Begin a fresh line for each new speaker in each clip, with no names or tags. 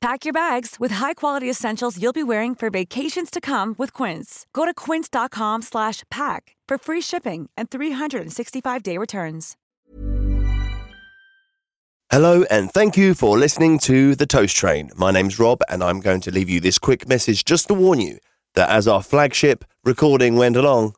Pack your bags with high-quality essentials you'll be wearing for vacations to come with Quince. Go to quince.com slash pack for free shipping and 365-day returns.
Hello, and thank you for listening to The Toast Train. My name's Rob, and I'm going to leave you this quick message just to warn you that as our flagship recording went along,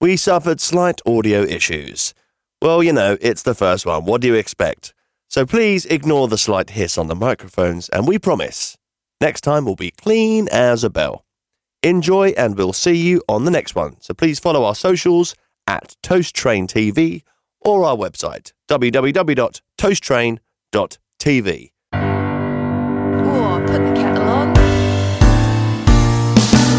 we suffered slight audio issues. Well, you know, it's the first one. What do you expect? So please ignore the slight hiss on the microphones, and we promise next time will be clean as a bell. Enjoy, and we'll see you on the next one. So please follow our socials at Toast Train TV or our website www.toasttrain.tv.
Oh, put the kettle on.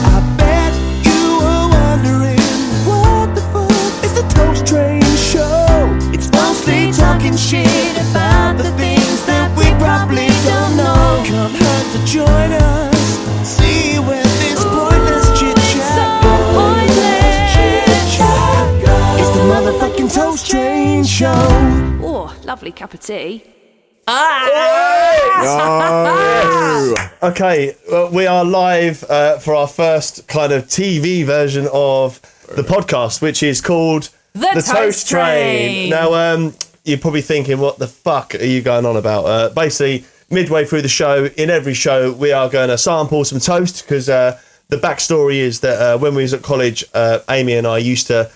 I bet you were wondering what the fuck is the Toast Train show? It's mostly talking shit about the things that we probably don't know. Come hurt to join us. See where this pointless chit
so
chat goes.
pointless chit-chat
It's the motherfucking Toast Train show.
Oh, lovely cup of tea.
Okay, well, we are live uh, for our first kind of TV version of the podcast, which is called
The Toast Train.
Now, um, you're probably thinking, what the fuck are you going on about? Uh, basically, midway through the show, in every show, we are going to sample some toast because uh, the backstory is that uh, when we was at college, uh, Amy and I used to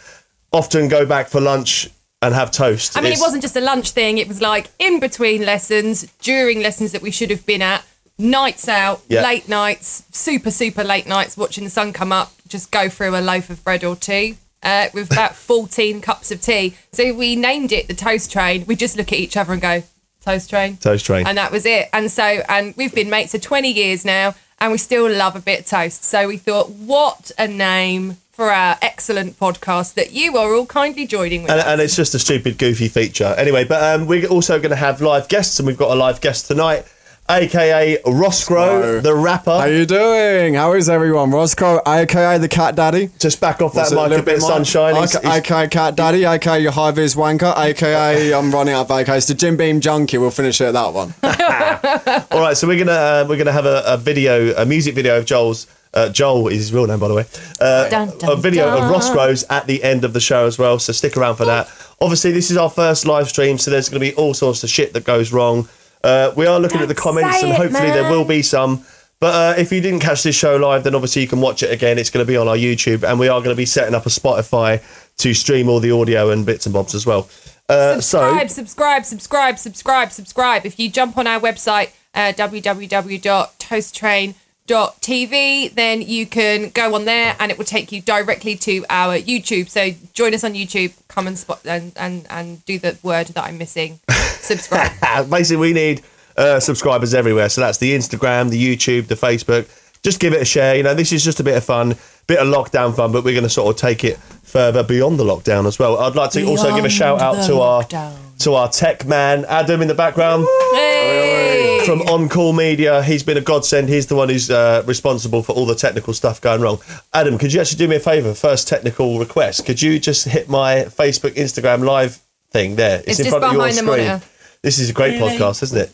often go back for lunch and have toast.
I mean,
It's-
it wasn't just a lunch thing. It was like in between lessons, during lessons that we should have been at, nights out,
Yeah.
late nights, super, super late nights, watching the sun come up, just go through a loaf of bread or two uh, with about 14 cups of tea. So we named it the Toast Train. We just look at each other and go, Toast Train.
Toast Train.
And that was it. And so, and we've been mates for 20 years now, and we still love a bit of toast. So we thought, what a name for our excellent podcast that you are all kindly joining with.
and,
us.
and it's just a stupid goofy feature anyway but um, we're also going to have live guests and we've got a live guest tonight aka Roscoe
Hello.
the rapper
How you doing? How is everyone? Roscoe, aka the cat daddy.
just back off
What's
that mic a
little
bit,
more?
sunshine He's-
Aka,
he's-
aka cat daddy, aka your high vis wanker, aka I'm running out of AKs. The Jim Beam junkie. We'll finish it at that one.
all right so we're gonna uh, we're gonna have a, a video a music video of Joel's uh, Joel is his real name by the way uh,
Dun, dun,
a video of
dun.
Roscoe's at the end of the show as well so stick around for that obviously this is our first live stream so there's going to be all sorts of shit that goes wrong uh, we are looking at the
Don't
comments
say
and
it,
hopefully there
man.
will be some But uh, if you didn't catch this show live, then obviously you can watch it again. It's going to be on our YouTube, and we are going to be setting up a Spotify to stream all the audio and bits and bobs as well. Uh, so,
subscribe, subscribe, subscribe, subscribe, subscribe. If you jump on our website, uh, www.toasttrain.tv, then you can go on there and it will take you directly to our YouTube. So join us on YouTube. Come and spot and and, and do the word that I'm missing. Subscribe.
uh, basically, we need uh, subscribers everywhere. So that's the Instagram, the YouTube, the Facebook. Just give it a share. You know, this is just a bit of fun, bit of lockdown fun, but we're going to sort of take it further beyond the lockdown as well. I'd like to also give a
Beyond
shout out
the
to
lockdown.
our to our tech man Adam in the background.
Hey!
from On Call Media. He's been a godsend. He's the one who's uh, responsible for all the technical stuff going wrong. Adam, could you actually do me a favour? First technical request. Could you just hit my Facebook, Instagram live thing there?
It's just behind the monitor.
This is a great podcast, isn't it?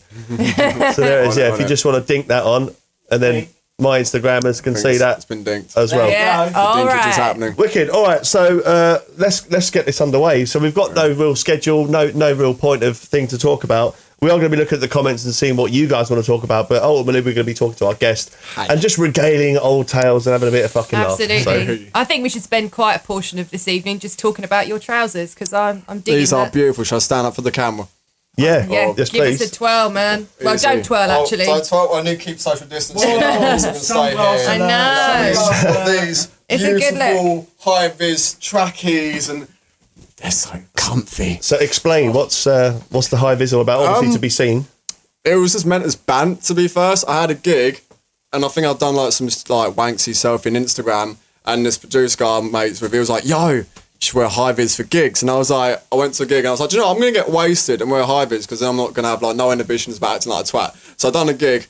so there it is. Yeah, if you just want to dink that on and then. my Instagrammers can see that
It's been dinked.
as well.
Yeah.
The
All
dinkage is
right.
happening.
Wicked. All right, so uh, let's let's get this underway. So we've got no real schedule, no no real point of thing to talk about. We are going to be looking at the comments and seeing what you guys want to talk about, but ultimately we're going to be talking to our guest and just regaling old tales and having a bit of fucking laugh. So-
Absolutely. I think we should spend quite a portion of this evening just talking about your trousers because I'm I'm digging
These are
that.
beautiful. Shall I stand up for the camera?
yeah,
Yeah,
yes,
give
please.
us a twirl, man. Well,
Easy.
don't twirl
Oh,
actually.
Don't twirl. I need to keep social distancing. Otherwise I'm gonna stay here.
I know.
I've got these
It's a good
beautiful high vis trackies and they're so comfy.
so explain what's uh, what's the high vis all about? Obviously
Um,
to be seen.
It was just meant as bant to be first. I had a gig and I think I've done like some like wanksy selfie on Instagram and this producer guy I'm mates with he was like, yo, you should wear high vis for gigs. And I was like, I went to a gig and I was like, "Do you know, what? I'm gonna get wasted and wear high vis because then I'm not gonna have like no inhibitions about acting like a twat. So I done a gig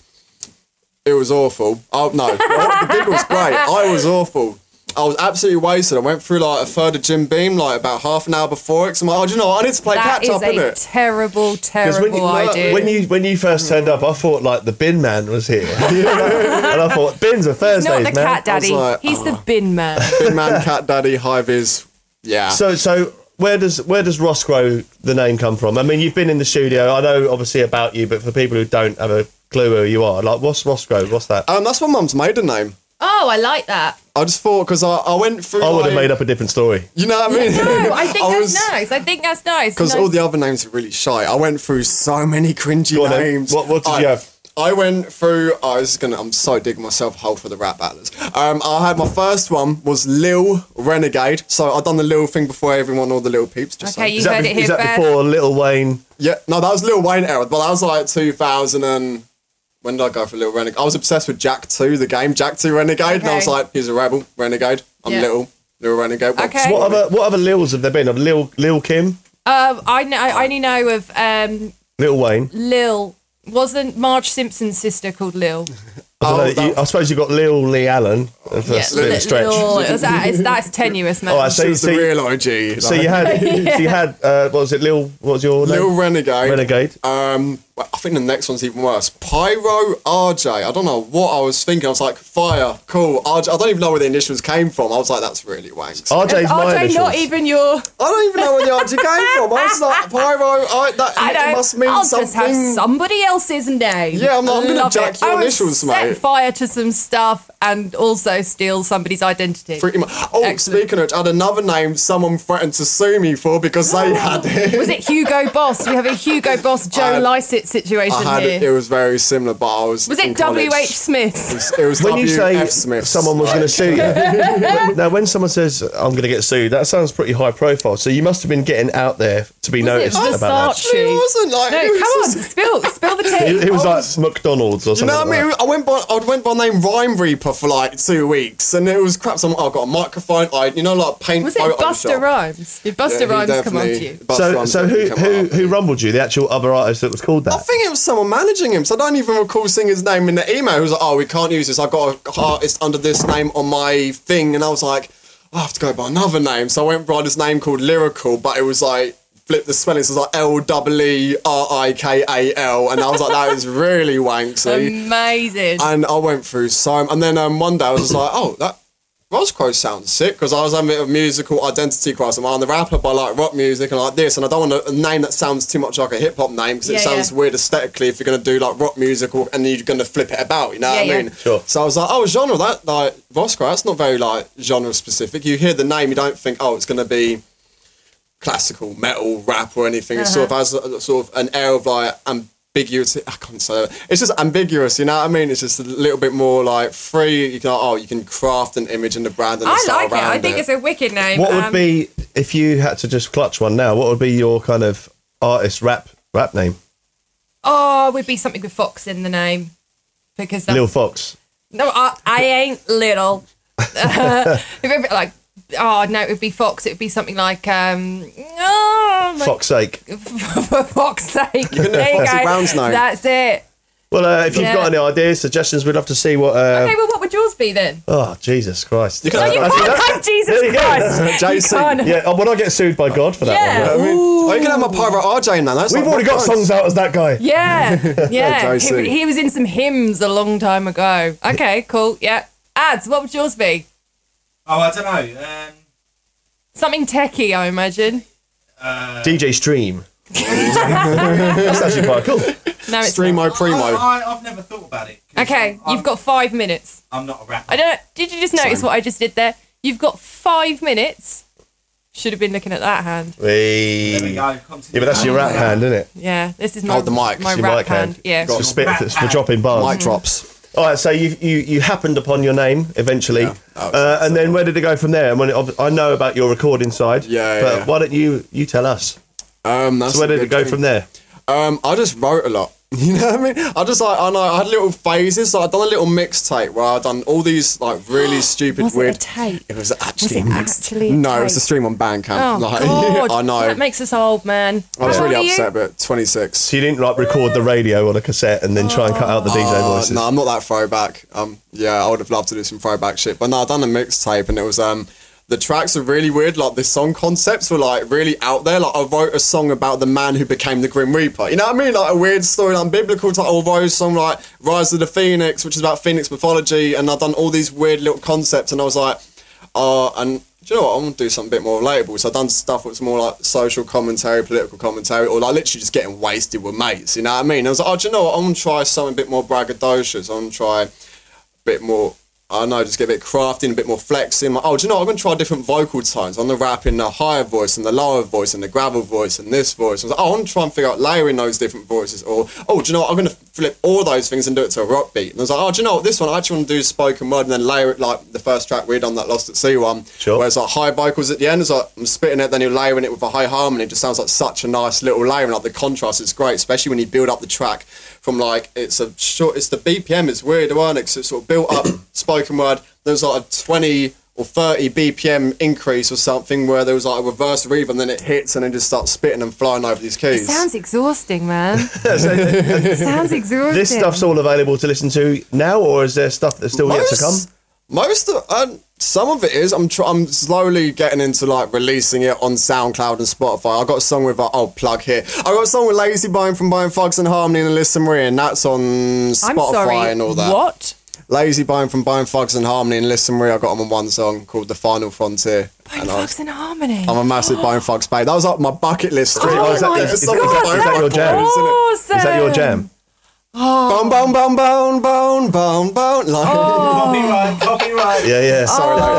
It was awful. Oh no, the gig was great. I was awful. I was absolutely wasted. I went through like a third of Jim Beam like about half an hour before it. 'cause I'm like, oh, do you know, what? I need to play
That
catch
is
up in
a
it.
terrible,
when you,
terrible idea.
when you when you first turned up, I thought like the bin man was here, and I thought bins are Thursdays,
Not the
man.
cat daddy.
like, "Oh."
He's the bin man.
Big man, cat daddy, high vis.
Ah.
Yeah.
So so where does where does Roscoe the name come from? I mean, you've been in the studio. I know obviously about you, but for people who don't have a clue who you are, like what's Roscoe? What's that?
um, that's my mum's maiden name.
Oh, I like that.
I just thought because I, I went through.
I would have
like-
made up a different story.
You know what I mean?
No, I think
was-
that's nice. I think that's nice.
Because
Nice.
all the other names are really shy. I went through so many cringy
Go on then.
names.
What- what did
I,
you have?
I went through. I was gonna. I'm so digging myself a hole for the rap battles. Um, I had my first one was Lil Renegade. So I done the Lil thing before everyone, all the Lil peeps. Just
Okay,
so-
you
Is
heard
that,
it here
is that
first.
before Little Wayne?
yeah. No, that was Lil Wayne era, but that was like 2000 and. When did I go for Lil Renegade? I was obsessed with Jack 2, the game Jack 2 Renegade, and I was
Okay.
like, he's a rebel, Renegade. I'm
Yeah.
little, little Renegade. Well,
Okay.
What other what other Lils have there been? Of Lil Lil Kim,
Um, I know. I only know of um,
Little Wayne.
Lil. Wasn't Marge Simpson's sister called
I,
Lil?
don't
Oh,
know, you,
that-
I suppose you've got Lil Lee Allen. That's a bit of a stretch.
Lil. It was- that is- that's tenuous, man.
All right, so,
She
you-
was
so,
the
you-
real OG.
so you
like,
had so you had uh, what was it? Lil what was your
Lil
name?
Renegade.
Renegade.
Um, I think the next one's even worse. Pyro RJ. I don't know what I was thinking. I was like, fire, cool. RJ. I don't even know where the initials came from. I was like, that's really wanks. I
RJ's my
RJ,
initials.
not even your.
don't even know where the RJ came from. I was like, Pyro. I, that
I
it
know.
must mean
I'll
something.
just have somebody else's name.
Yeah, I'm not- I'm gonna
Love
jack
it.
your
I would
initials,
set
mate.
fire to some stuff and also steal somebody's identity.
Pretty much. Oh,
Excellent.
speaking of, which, I had another name someone threatened to sue me for because they had it.
Oh, Was it Hugo Boss? We have a Hugo Boss Joe
had-
Lycett situation
I had it.
here.
It was very similar, but I was.
was it
in college.
W H Smith?
It was
when you say
WF Smiths.
someone was going to sue you, now when someone says I'm going to get sued, that sounds pretty high profile. So you must have been getting out there to be
Was
noticed
it
about that.
Versace?
It wasn't like.
No,
it
come
was
on,
just-
spill, spill the tea.
It, it was like McDonald's or
You
something.
know what I
like
mean?
that.
I went by I went by name Rhyme Reaper for like two weeks, and it was crap. So I'm, I've got a microphone. I you know like paint.
Was it
Photoshop.
Buster Rhymes? Did
Yeah,
Buster
he
Rhymes come on
definitely-
to you?
Busta
So,
Rhymes
so who
definitely
who
came up.
who rumbled you? The actual other artist that was called
I
that.
think it was someone managing him. So I don't even recall seeing his name in the email. He was like, "Oh, we can't use this. I've got an artist under this name on my thing," and I was like, "I have to go by another name." So I went by this name called Lyrical, but it was like. Flip the spelling, so it was like L W E R I K A L, and I was like, that is really
Um,
wanksy.
Amazing.
and I went through so, and then um, one day I was just like, oh, that Roscoe sounds sick because I was having a bit of musical identity crisis. I'm the rapper, but I like rock music and I like this, and I don't want a name that sounds too much like a hip hop name because
Yeah,
it sounds
yeah.
weird aesthetically if you're gonna do like rock music or, and you're gonna flip it about. You know what
Yeah,
I
yeah.
mean?
Sure.
So I was like, oh, genre that like Roscoe, that's not very like genre specific. You hear the name, you don't think, oh, it's gonna be classical metal rap or anything. It
Uh-huh.
sort of has a, sort of an air of like ambiguity. I can't say that. It's just ambiguous, you know what I mean? It's just a little bit more like free. You can oh, you can craft an image and a brand and a
I
style
like it.
around
I think it's a wicked name.
What would
Um,
be if you had to just clutch one now? What would be your kind of artist rap rap name?
Oh, would be something with Fox in the name. Because that's,
Lil Fox.
No, I, I ain't little. If it- like, oh no, it would be Fox. It would be something like, um, oh, my,
Fox's sake.
for Fox's sake. There you
Foxy
go.
Brown's name.
That's it.
Well, uh, if you've
Yeah.
got any ideas, suggestions, we'd love to see what. Uh,
Okay, well, what would yours be then? Oh,
Oh Jesus Christ!
You can- No, you
I think
can't
that-
have Jesus
there you go.
Christ. You
JC.
can't.
Yeah, oh, when I get sued by God for that
Yeah.
one.
I mean?
Ooh,
Oh, you can have my pirate RJ now. That's
We've
like
already got
nice.
songs out as that guy.
Yeah, yeah.
Josie.
he, he was in some hymns a long time ago. Okay, cool. Yeah. Ads, what would yours be?
Oh, I don't know. Um,
Something techie, I imagine.
DJ Stream. That's actually quite cool.
No, it's
Streamo Primo.
I, I, I've never thought about it. 'cause
not. Okay,
I'm,
you've got five minutes.
I'm not a rapper.
I don't. Did you just notice
Same.
what I just did there? You've got five minutes. Should have been looking at that hand.
Wee.
There we go.
Yeah,
continue.
but that's your rap hand, isn't it?
Yeah, this is my
Hold the mic,
My
it's
Your
rap
mic
hand.
hand.
Yeah.
For, spit,
Rap
for,
hand.
dropping bars.
Mic drops.
All right, so you you you happened upon your name eventually,
Oh,
uh, and then where did it go from there? And when it, ob- I know about your recording side,
Yeah,
but
yeah.
why don't you you tell us?
Um, that's
So where
a
did
good
it go
thing.
from there?
Um, I just wrote a lot. You know what I mean? I just like I know I had little phases. Like I done a little mixtape where I done all these like really stupid
Was it a
weird.
tape?
It was actually.
it
a mix-
actually a
no, it was
tape?
a stream on Bandcamp.
Oh
Um, like,
God!
I know.
That makes us old, man.
I was
How
really
old are you?
upset, but 26.
So you didn't like record the radio on a cassette and then try and cut out the DJ
Uh,
voices.
no, I'm not that throwback. Um, yeah, I would have loved to do some throwback shit, but no, I done a mixtape and it was um, the tracks are really weird. Like the song concepts were like really out there. Like I wrote a song about the man who became the Grim Reaper. You know what I mean? Like a weird story, like biblical type. Or wrote a song like Rise of the Phoenix, which is about Phoenix mythology, and I done all these weird little concepts, and I was like, uh, and. Do you know what? I want to do something a bit more relatable. So I've done stuff that's more like social commentary, political commentary, or like literally just getting wasted with mates. You know what I mean? I was like, oh, do you know what? I want to try something a bit more braggadocious. I want to try bit more. I don't know, just get a bit crafty and a bit more flexing. Like, oh, do you know? what? I'm gonna try different vocal tones. I'm gonna rap in the higher voice and the lower voice and the gravel voice and this voice. I was like, oh, I'm gonna try and figure out layering those different voices. Or oh, do you know? what? I'm gonna flip all those things and do it to a rock beat. And I was like, oh, do you know? what? This one I actually want to do spoken word and then layer it like the first track we done that Lost at Sea one.
Sure.
Where it's like high vocals at the end. It's like I'm spitting it, then you're layering it with a high harmony. It just sounds like such a nice little layer. And like the contrast is great, especially when you build up the track from like it's a short. It's the BPM. It's weird, isn't it? 'Cause it's sort of built up spoken word. There's like a twenty or thirty BPM increase or something where there was like a reverse reverb, and then it hits, and then just starts spitting and flying over these
It
keys.
sounds exhausting, man. sounds exhausting.
this stuff's all available to listen to now, or is there stuff that's still yet to come?
Most of um, some of it is. I'm tr- I'm slowly getting into like releasing it on SoundCloud and Spotify. I got a song with uh, oh plug here. I got a song with Lazy Bone from Bone Thugs and Harmony and Alyssa Marie, and that's on
I'm
Spotify
sorry.
and all that.
What?
Lazy Bone from Bone Thugs and Harmony and Alyssa Marie. I got them on one song called The Final Frontier.
Bone
and I-
Thugs in Harmony.
I'm a massive Bone Thugs fan. That was up my bucket list. straight
Oh
away.
my
It's
God,
something
that's
Bone Thugs
your jam.
Boys, isn't it?
awesome.
Is that your jam?
Bone, bone, bone, bone, bone, bone, bone. Like,
Oh. Copyright, copyright.
Yeah, yeah.
sorry, like,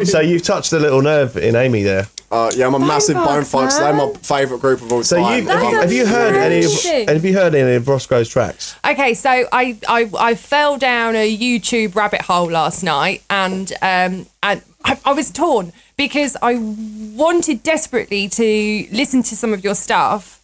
Oh.
So you've touched a little nerve in Amy there.
Uh, yeah, I'm a massive Bone
Thugs,
Thugs. They're my
man.
favourite group of all
So
time.
you have you heard any? Of,
amazing.
have you heard any of Roscoe's tracks?
Okay, so I, I I fell down a YouTube rabbit hole last night, and um and I, I was torn because I wanted desperately to listen to some of your stuff,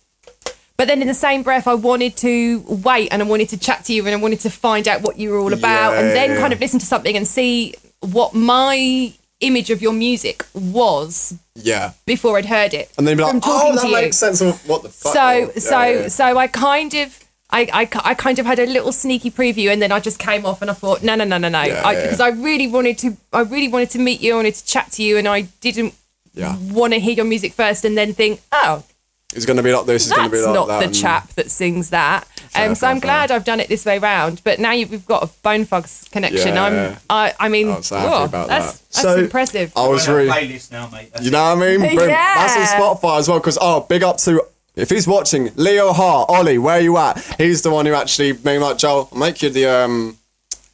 but then in the same breath, I wanted to wait and I wanted to chat to you and I wanted to find out what you were all about, and then kind of listen to something and see what my image of your music was
Yeah.
before I'd heard it.
And then be
from
like,
talking
oh, that
to you."
makes sense. Of what the fuck?
so
Oh, yeah,
so
yeah, yeah.
so I kind of I, I, ki- I kind of had a little sneaky preview and then I just came off and I thought no no no no no because
Yeah,
I,
yeah.
'cause I really wanted to I really wanted to meet you I wanted to chat to you and I didn't
Yeah.
want to hear your music first and then think oh
It's going to be like this. It's going
that's
to be
not
like that.
the
and-
chap that sings that um, so
fair,
I'm glad I've done it this way round but now you, we've got a bone fogs connection
Yeah.
I'm I I mean
I'm so happy
whoa,
about
that's
that.
that's
So-
impressive
I was
We're on a
really.
playlist now, mate. That's
You know what I mean? Boom.
Yeah.
That's on Spotify as well. Because oh, big up to if he's watching, Leo Hart, Ollie, where you at? He's the one who actually made like Joel. I'll make you the um.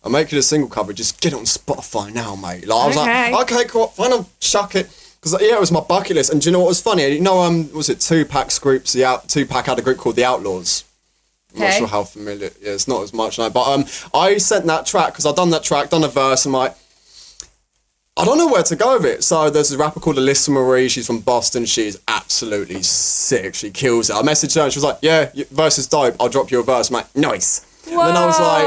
I'll make you the single cover. Just get it on Spotify now, mate. Like, I was
Okay.
like, okay, cool. Fine, I'll chuck it. Because yeah, it was my bucket list. And do you know what was funny? You know, um, was it two packs groups? The out two pack had a group called the Outlaws. I'm not
Okay.
sure how familiar. Yeah, it's not as much now. But um, I sent that track because I done that track, done a verse, and like I don't know where to go with it. So there's a rapper called Alyssa Marie. She's from Boston. She's absolutely sick. She kills it. I messaged her and she was like, "Yeah, your verse is dope. I'll drop you a verse." I'm like, "Nice." And then I was like,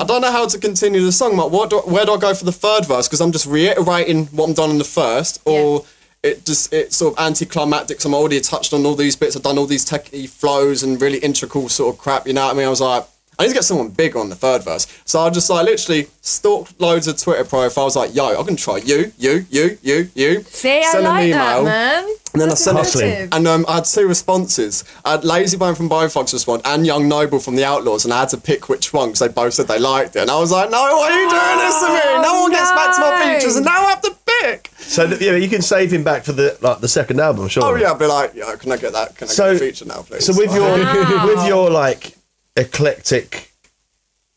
I don't know how to continue the song. I'm Like, what? Do, where do I go for the third verse? Because I'm just reiterating what I'm done in the first, or it just it's sort of anticlimactic. So I'm already touched on all these bits. I've done all these techie flows and really integral sort of crap. You know what I mean? I was like, I need to get someone bigger on the third verse. So I just like literally stalked loads of Twitter profiles. Like, yo, I'm gonna try you, you, you, you, you.
See, I
Send an
like that,
email.
man.
And then I
That's
sent
impressive.
it, and um, I had two responses. I had Lazy Bone from Bifox respond and Young Noble from the Outlaws, and I had to pick which one because they both said they liked it. And I was like, "No, why are you doing this to me? No one gets back to my features, and now I have to pick."
So th- yeah, you can save him back for the like the second album, sure.
Oh yeah, I'd be like, "Yeah, can I get that? Can I
So-
get a feature now, please?"
So with your with your like eclectic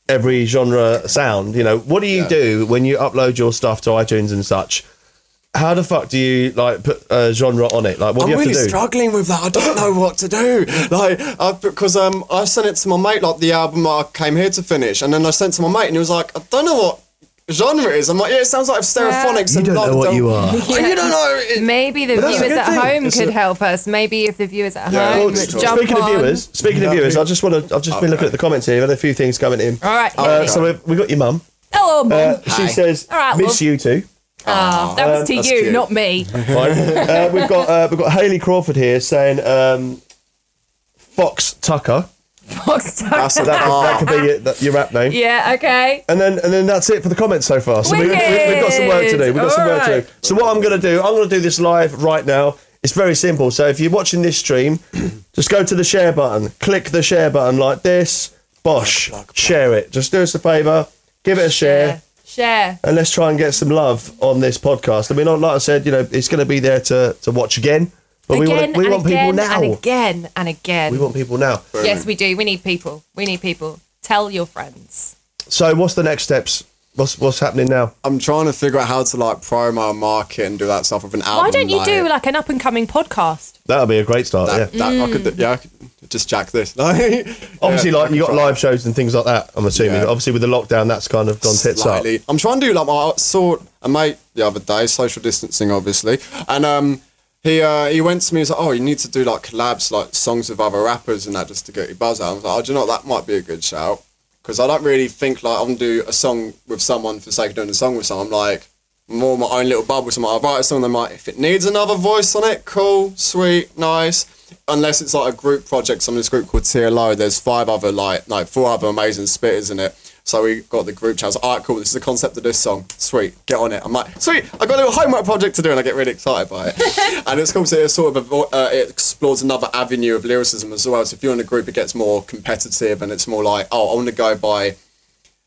every genre sound, you know, what do you do when you upload your stuff to iTunes and such? How the fuck do you like put a genre on it? Like what
I'm
do you have
really
to do?
struggling with that. I don't know what to do. Like, I, because um, I sent it to my mate, like the album I came here to finish, and then I sent it to my mate, and he was like, I don't know what genre it is. I'm like, yeah, it sounds like stereophonics.
You
and
don't
like,
know what you are.
You don't know. It,
Maybe the
But that's a
viewers
good
at
thing.
home
It's
could
a-
help us. Maybe if the viewers at
Yeah,
home
well,
would
it's-
jump
Speaking of
on.
viewers, speaking of viewers, I just want to. I've just been looking at the comments here. We've had a few things coming in.
All right.
Uh, so we've, we've got your mum.
Hello, Mum.
Uh, she says,
All right,
"Miss
love.
you too."
Ah, that was to
that's
you,
cute.
not me.
Right. uh, we've got uh, we've got Haley Crawford here saying um, Fox Tucker.
Fox
that's
Ah, So
a-
that, that could be your, that, your rap name.
Yeah, okay.
And then and then that's it for the comments so far. So we, we, we've got some work to do. We've got some work to do. So what I'm going to do, I'm going to do this live right now. It's very simple. So if you're watching this stream, just go to the share button, click the share button like this. Bosh, share it. Just do us a favour, give it a share,
Share.
and let's try and get some love on this podcast. I mean, like I said, you know, it's going to be there to, to watch again, but we
again
want we
and
want people
again
now.
and again and again.
We want people now.
yes, we do. We need people. We need people. Tell your friends.
So what's the next steps? What's what's happening now?
I'm trying to figure out how to like promo and market and do that stuff with an album.
Why don't you
like,
do like an up and coming podcast?
That'll be a great start. yeah.
that? that I
mm.
could, do- yeah, I could just jack this. Like,
Obviously,
yeah,
like you got live shows and things like that. I'm assuming.
Yeah.
Obviously, with the lockdown, that's kind of gone tits
slightly.
up.
I'm trying to do like my I saw a mate the other day, social distancing obviously, and um he uh, he went to me and was like, oh, you need to do like collabs, like songs with other rappers and that, just to get your buzz out. I was like, oh, do you know what? that might be a good shout because I don't really think like I'm gonna do a song with someone for the sake of doing a song with someone. I'm like more my own little bubble. So I'm like, I write a song, they might if it needs another voice on it, cool, sweet, nice. Unless it's like a group project, some of this group called TLO. There's five other like like four other amazing spitters in it. So we got the group chat. I was like, all right, cool. This is the concept of this song. Sweet, get on it. I'm like, sweet. I got a little homework project to do, and I get really excited by it. and it's cool. So it's sort of a, uh, it explores another avenue of lyricism as well. So if you're in a group, it gets more competitive, and it's more like, oh, I want to go by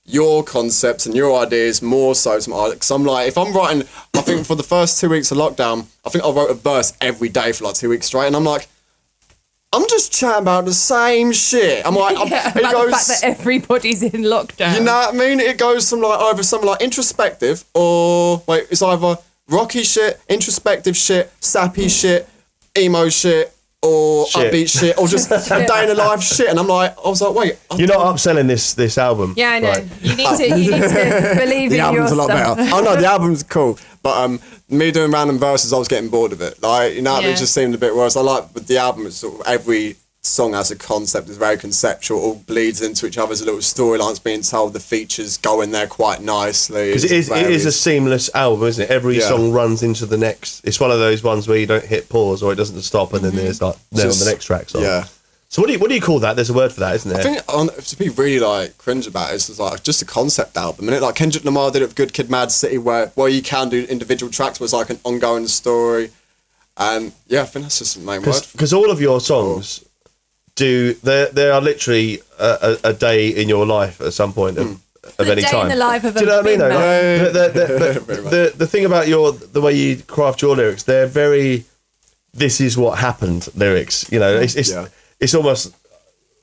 your concepts and your ideas more so to my Because I'm like, if I'm writing, I think for the first two weeks of lockdown, I think I wrote a verse every day for like two weeks straight, and I'm like. I'm just chatting about the same shit. I'm like, I'm,
Yeah,
it
about the
goes-
fact that everybody's in lockdown.
you know what I mean? It goes from like either some like introspective or wait, it's either rocky shit, introspective shit, sappy shit, emo shit, or
Shit.
upbeat shit, or just a day in the life shit. And I'm like, I was like, wait, I-
You're not upselling this this album.
Yeah, I know.
Right.
You need to. You need to believe
the
in
album's a lot
yourself.
better. Oh no, the album's cool, but um, me doing random verses, I was getting bored of it. Like you know, what I mean?
Yeah.
it just seemed a bit worse. I like with the album, it's sort of every song has a concept, is very conceptual, all bleeds into each other. There's a little storylines being told. The features go in there quite nicely.
Because it is it is a
various-
seamless album, isn't it? Every
Yeah.
song runs into the next. It's one of those ones where you don't hit pause or it doesn't stop, and then there's like no on
Mm-hmm. Just-
the next track. So
yeah.
So what do you what do you call that? There's a word for that, isn't there?
I think on, to be really like cringe about it, it's just like just a concept album, and it like Kendrick Lamar did it with Good Kid, Mad City, where where you can do individual tracks, was like an ongoing story, and yeah, I think that's just the main word. for
because all of your songs do there there are literally a, a, a day in your life at some point of, of
The
any
day in
time.
the life of
do you
a
know what I mean?
bin
Though?
man.
But the, the, but
Very much.
the, the thing about your the way you craft your lyrics, they're very this is what happened lyrics. You know, it's it's,
Yeah.
it's almost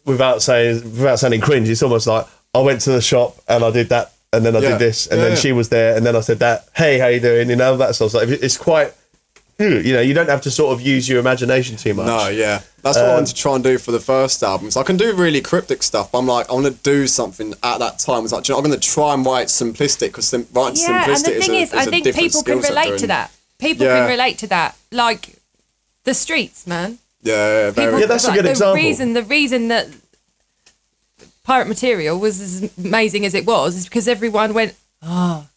without saying without sounding cringe. It's almost like I went to the shop and I did that. And then I
Yeah.
did this, and
Yeah,
then
yeah.
she was there, and then I said that. Hey, how you doing? You know that sort of stuff. It's quite, you know, you don't have to sort of use your imagination too much.
No, yeah. That's what I
Um,
wanted to try and do for the first album. So I can do really cryptic stuff, but I'm like, I want to do something at that time. It's like, do you know, I'm going to try and write simplistic because sim- writing
Yeah,
simplistic
and the
is
thing
a,
is,
is
I
a
think
different
people can
skill set
relate to
doing-
that. People
Yeah.
can relate to that, like the streets, man.
Yeah, yeah, very.
People,
Yeah, that's a
like,
good
the
example.
Reason, the reason that pirate material was as amazing as it was is because everyone went, oh,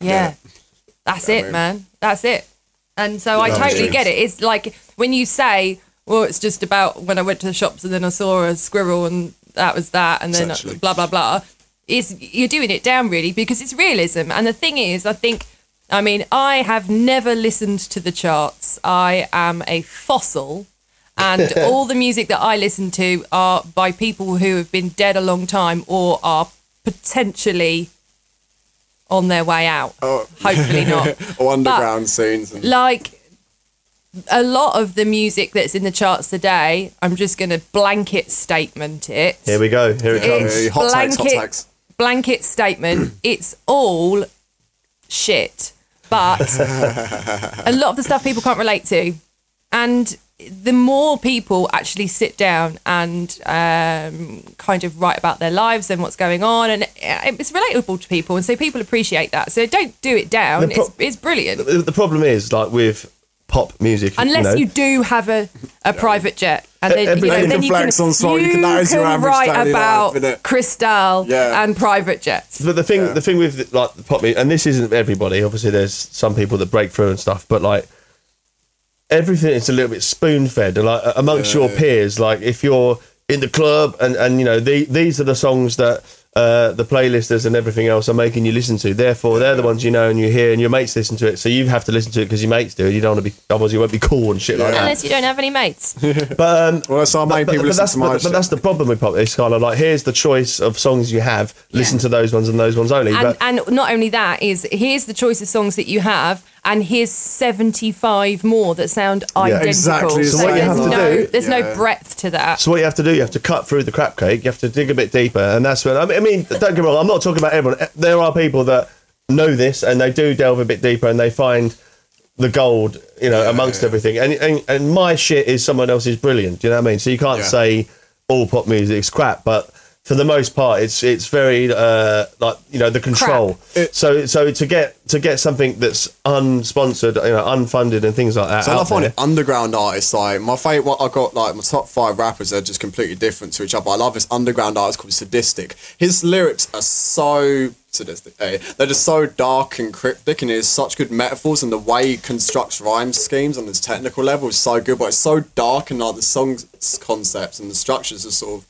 yeah,
Yeah.
that's it, man, that's it. And so I
Yeah,
totally
it's-
get it. It's like when you say, well, it's just about when I went to the shops and then I saw a squirrel and that was that, and then
Essentially.
blah blah blah. Is you're doing it down really because it's realism. And the thing is, I think, I mean, I have never listened to the charts. I am a fossil, and all the music that I listen to are by people who have been dead a long time or are potentially on their way out. Hopefully not.
or underground scenes. And,
like a lot of the music that's in the charts today, I'm just going to blanket statement it.
Here we go. Here it comes.
Hey,
It's
hot takes, hot
blanket,
takes.
blanket statement. it's all shit. But a lot of the stuff people can't relate to. And the more people actually sit down and um, kind of write about their lives and what's going on, and it's relatable to people. And so people appreciate that. So don't do it down.
The pro-
it's, it's brilliant.
The the problem is, like with pop music,
Unless
you, know,
you do have a, a private jet, and then you,
Every-
know,
you
then
can
you
flex
can,
on song, you
you
can- that is your
can
average
write
daily life,
about
innit?
Cristal
Yeah.
and private jets.
But the thing, the thing with like the pop music, and this isn't everybody. Obviously, there's some people that break through and stuff, but like everything is a little bit spoon fed. And like amongst your peers, like if you're in the club and and you know the, these are the songs that uh, the playlisters and everything else are making you listen to. Therefore, they're the ones you know and you hear, and your mates listen to it. So you have to listen to it because your mates do. You don't want to be otherwise you won't be cool and shit like that.
Unless you don't have any mates.
But um,
well, that's our main
but,
people
but
listen
that's,
to my
but, but that's the problem with pop. It's kind of like here's the choice of songs you have. Listen to those ones and those ones only.
And,
but
and not only that is here's the choice of songs that you have, and here's 75 more that sound identical.
exactly the
So
same.
What you
there's
have to
no
do-
there's
Yeah.
no breadth to that.
So what you have to do, you have to cut through the crap cake. You have to dig a bit deeper, and that's when I mean, I mean, don't get me wrong. I'm not talking about everyone. Eh, There are people that know this, and they do delve a bit deeper, and they find the gold, you know, amongst everything. And, and and my shit is someone else's brilliant. Do you know what I mean? So you can't
Yeah.
say all pop music's crap, but for the most part, it's it's very uh, like you know the control. So so to get to get something that's unsponsored, you know, unfunded, and things like that.
So I
out
find
there-
it underground artists like my favorite. What I got like my top five rappers are just completely different to each other. I love this underground artist called Sadistic. His lyrics are so sadistic. eh? They're just so dark and cryptic, and he has such good metaphors. And the way he constructs rhyme schemes on his technical level is so good, but it's so dark and like the songs concepts and the structures are sort of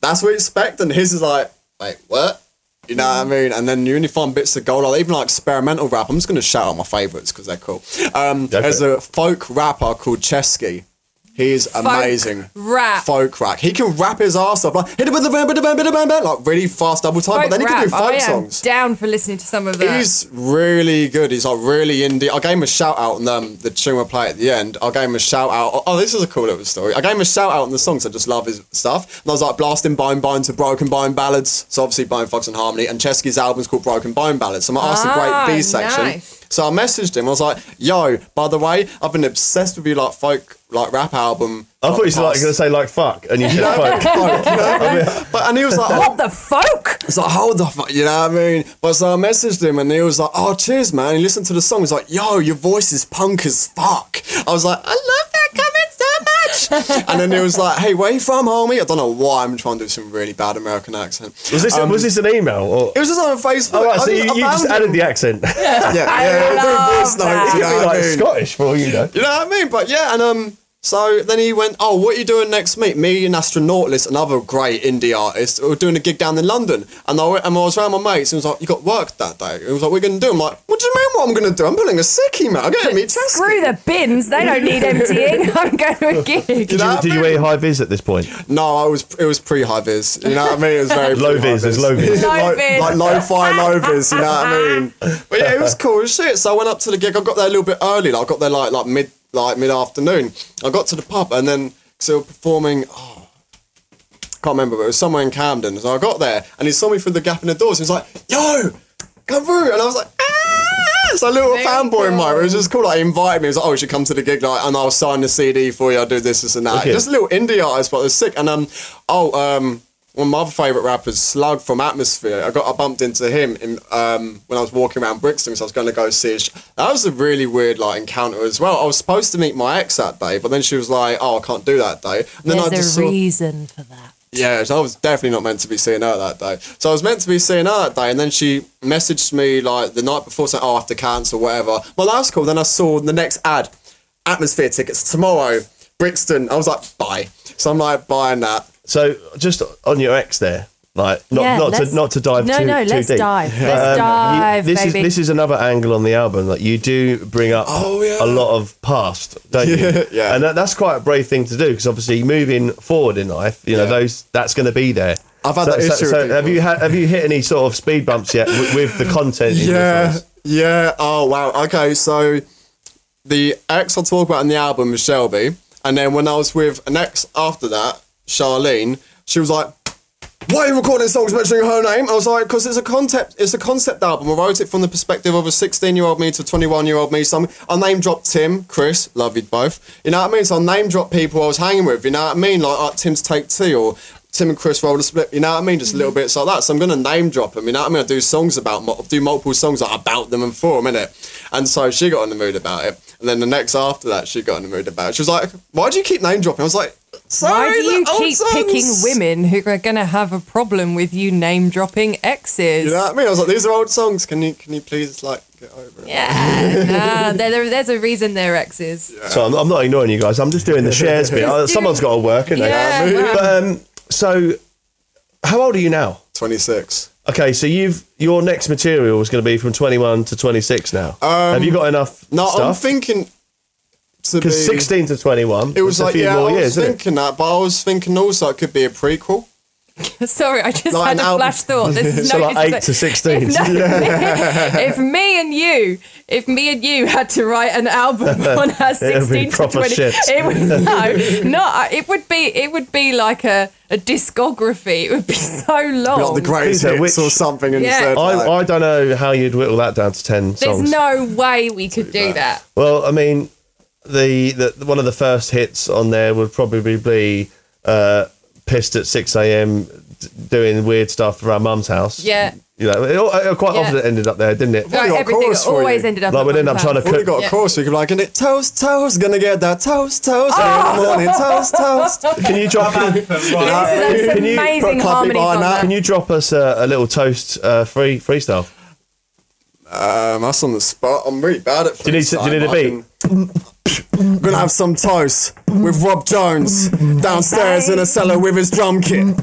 that's what you expect. And his is like, wait, what? You know what I mean? And then you only find bits of gold. Like even like experimental rap. I'm just gonna shout out my favourites because they're cool. Um,
Go for
there's
it.
a folk rapper called Chesky. He is amazing.
rap.
Folk rap. He can rap his ass off like hit it with the bam, bam, bam, bam, bam, bam, like really fast double time.
Folk
but then he
rap, Oh,
can do folk
I am
songs.
down for listening to some of that.
He's really good. He's like really indie. I gave him a shout out on um, the tune we play at the end. I gave him a shout out. Oh, oh, this is a cool little story. I gave him a shout out on the songs. I just love his stuff. And I was like blasting Bone Bone to Broken Bone Ballads. So obviously Bone Fox and Harmony. And Chesky's album's called Broken Bone Ballads. So I'm like, that's
Ah,
a great B section.
nice.
So I messaged him. I was like, yo, by the way, I've been obsessed with your like folk like rap album.
I thought you were like
Past-
going to say like fuck, and you said fuck.
Folk, you know what I mean? But and he was like, oh,
what the folk?
it's like, hold the fuck, you know what I mean? But so I messaged him and he was like, oh, cheers, man. He listened to the song. He's like, yo, your voice is punk as fuck. I was like, I love that comment so much. and then he was like, hey, where you from, homie? I don't know why I'm trying to do some really bad American accent.
Was this Um, was this an email or?
It was just on Facebook.
Oh, right, so
I-
you,
I
you just
found
added
him.
the accent. It
Yeah, yeah, yeah, doing voice notes, you know
could be
what I
like
mean?
Scottish for all you know.
You know what I mean? But yeah, and um, so then he went, "Oh, what are you doing next meet? Me and Astronautless, another great indie artist, were doing a gig down in London." And I went, and I was around my mates, and he was like, "You got work that day?" And he was like, "We're gonna do." I'm like, "What do you mean? What I'm gonna do? I'm pulling a sickie, man. I'm gonna meet Tesco."
Screw the bins. They don't need emptying. I'm going to a gig.
You know
Did
what I
you, did you
mean?
wear high vis at this point?
No, I was. It was pre high vis. You know what I mean? It was very
Low vis, it's low vis.
Low
like,
vis.
like low fi low vis. You know what I mean? But yeah, it was cool as shit. So I went up to the gig. I got there a little bit early. Like I got there like like mid like mid afternoon. I got to the pub and then so we were performing. Oh, can't remember, but it was somewhere in Camden. So I got there and he saw me through the gap in the doors. He was like, "Yo, come through!" And I was like, "Ah!" So a little fanboy in my room. It was just cool. Like he invited me. He was like, "Oh, you should come to the gig night, and I'll sign the CD for you. I'll do this, this, and that."
Okay.
Just a little indie artist, but it was sick. And um, oh, um, one of my other favourite rappers, Slug from Atmosphere. I got I bumped into him in, um, when I was walking around Brixton, so I was going to go see. His sh- that was a really weird like encounter as well. I was supposed to meet my ex that day, but then she was like, "Oh, I can't do that day." And then I just
There's a
saw-
reason for that.
yeah, so I was definitely not meant to be seeing her that day. So I was meant to be seeing her that day, and then she messaged me like the night before saying, "Oh, I have to cancel, whatever." Well, that was cool. Then I saw the next ad, atmosphere tickets tomorrow, Brixton. I was like, "Bye." So I'm like buying that.
So just on your ex there, like not
Yeah,
not
let's-
to not to dive
No,
too,
no,
too
let's
deep. Um,
dive. Let's dive,
this
baby.
is this is another angle on the album that you do bring up a lot of past, don't
Yeah,
you?
Oh, yeah.
And that, that's quite a brave thing to do because obviously moving forward in life, you know,
Yeah.
those that's going to be there.
I've had
so,
that
so-
issue with
so
people.
have you had, have you hit any sort of speed bumps yet with, with the content? in your
yeah,
songs?
yeah. Oh wow. Okay, so the ex I talk about in the album is Shelby, and then when I was with an ex after that, Charlene, she was like, "Why are you recording songs mentioning her name?" I was like, "Because it's a concept. It's a concept album. I wrote it from the perspective of a 16-year-old me to 21-year-old me. Some I name dropped Tim, Chris, love you both. You know what I mean? So I name drop people I was hanging with. You know what I mean? Like, like Tim's Take Two or." Tim and Chris rolled a split, you know what I mean? Just
Mm-hmm.
little bits like that. So I'm gonna name drop them, you know what I mean? I do songs about, mo- do multiple songs like about them and for them, innit? And so she got in the mood about it. And then the next after that, she got in the mood about it. She was like, "Why do you keep name dropping?" I was like, "Sorry,
Why do
the
you
old
keep
songs."
picking women who are going to have a problem with you name dropping exes?
You know what I mean? I was like, "These are old songs. Can you can you please like get over it?"
Yeah, nah, there- there- there's a reason they're exes.
So I'm, I'm not ignoring you guys. I'm just doing the shares bit. Uh,
Just do-
Someone's got to work, isn't
Yeah,
they?
well.
But, um, so, how old are you now?
Twenty six.
Okay, so you've your next material is going to be from 21 to 26 now. Have you got enough
Um, No, I'm
stuff?
thinking to be.
Because 16 to 21,
It was
it's a
like
few
yeah,
more
I was
years, isn't it?
thinking that, but I was thinking also it could be a prequel.
Sorry, I just
Like
had
an
a
album.
flash thought. This is
so
no
like 8
disrespect.
to 16.
No, if me and you, if me and you had to write an album
It'll
on our
be
sixteen to
proper
twenty,
shit.
it would no, no, it would be it would be like a, a discography. It would be so long.
Like the greatest
These are
hits
which-
or something
Oh, Yeah.
instead.
I,
like-
I don't know how you'd whittle that down to 10
There's
songs.
no way we could do that.
Well, I mean, the, the one of the first hits on there would probably be uh, pissed at six a.m. d- doing weird stuff around mum's house.
Yeah.
you know, it, all- it quite
Yeah.
often ended up there, didn't it?
Well, you got
everything
chorus for
always
you.
ended up.
Like
at
we'd end
one
up trying to
time.
Well, we got
Yeah.
a chorus. We could be like, "And it toast, toast, gonna get that toast, toast
Ah!"
early in the morning, toast, toast.
Can you drop?
Right,
This is
Can
an
you put
amazing
clapping
harmony
behind
on
that?
that.
Can you drop us a, a little toast uh, free freestyle?
Um, that's on the spot. I'm really bad at.
Do you need to, do you need a
freestyle,
beat?
but I'm gonna have some toast with Rob Jones downstairs in a cellar with his drum kit.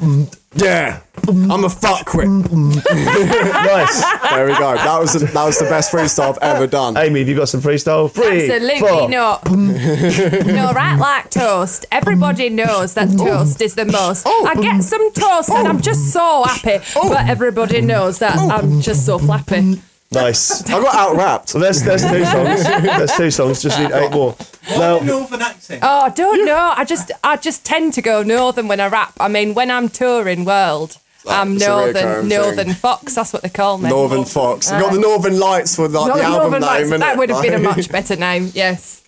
Yeah, I'm a fuckwit.
nice.
There we go. That was the, that was the best freestyle I've ever done.
Amy, have you got some freestyle? Three,
Absolutely
four.
not. no, right like toast. Everybody knows that toast is the most.
Oh,
I get some toast and I'm just so happy. But everybody knows that
Oh.
I'm just so flappy.
Nice.
I got out rapped.
So that's that's two songs. That's two songs. Just need eight more.
What's the
Now,
northern accent?
Oh, I don't know. I just I just tend to go northern when I rap. I mean, when I'm touring world, I'm
it's a
northern
recurring
northern
thing.
fox. That's what they call me.
Northern Fox. You got the Northern Lights for like,
uh, Northern
the album
Northern
name.
Lights.
innit?
That would have been a
Like-
much better name. Yes.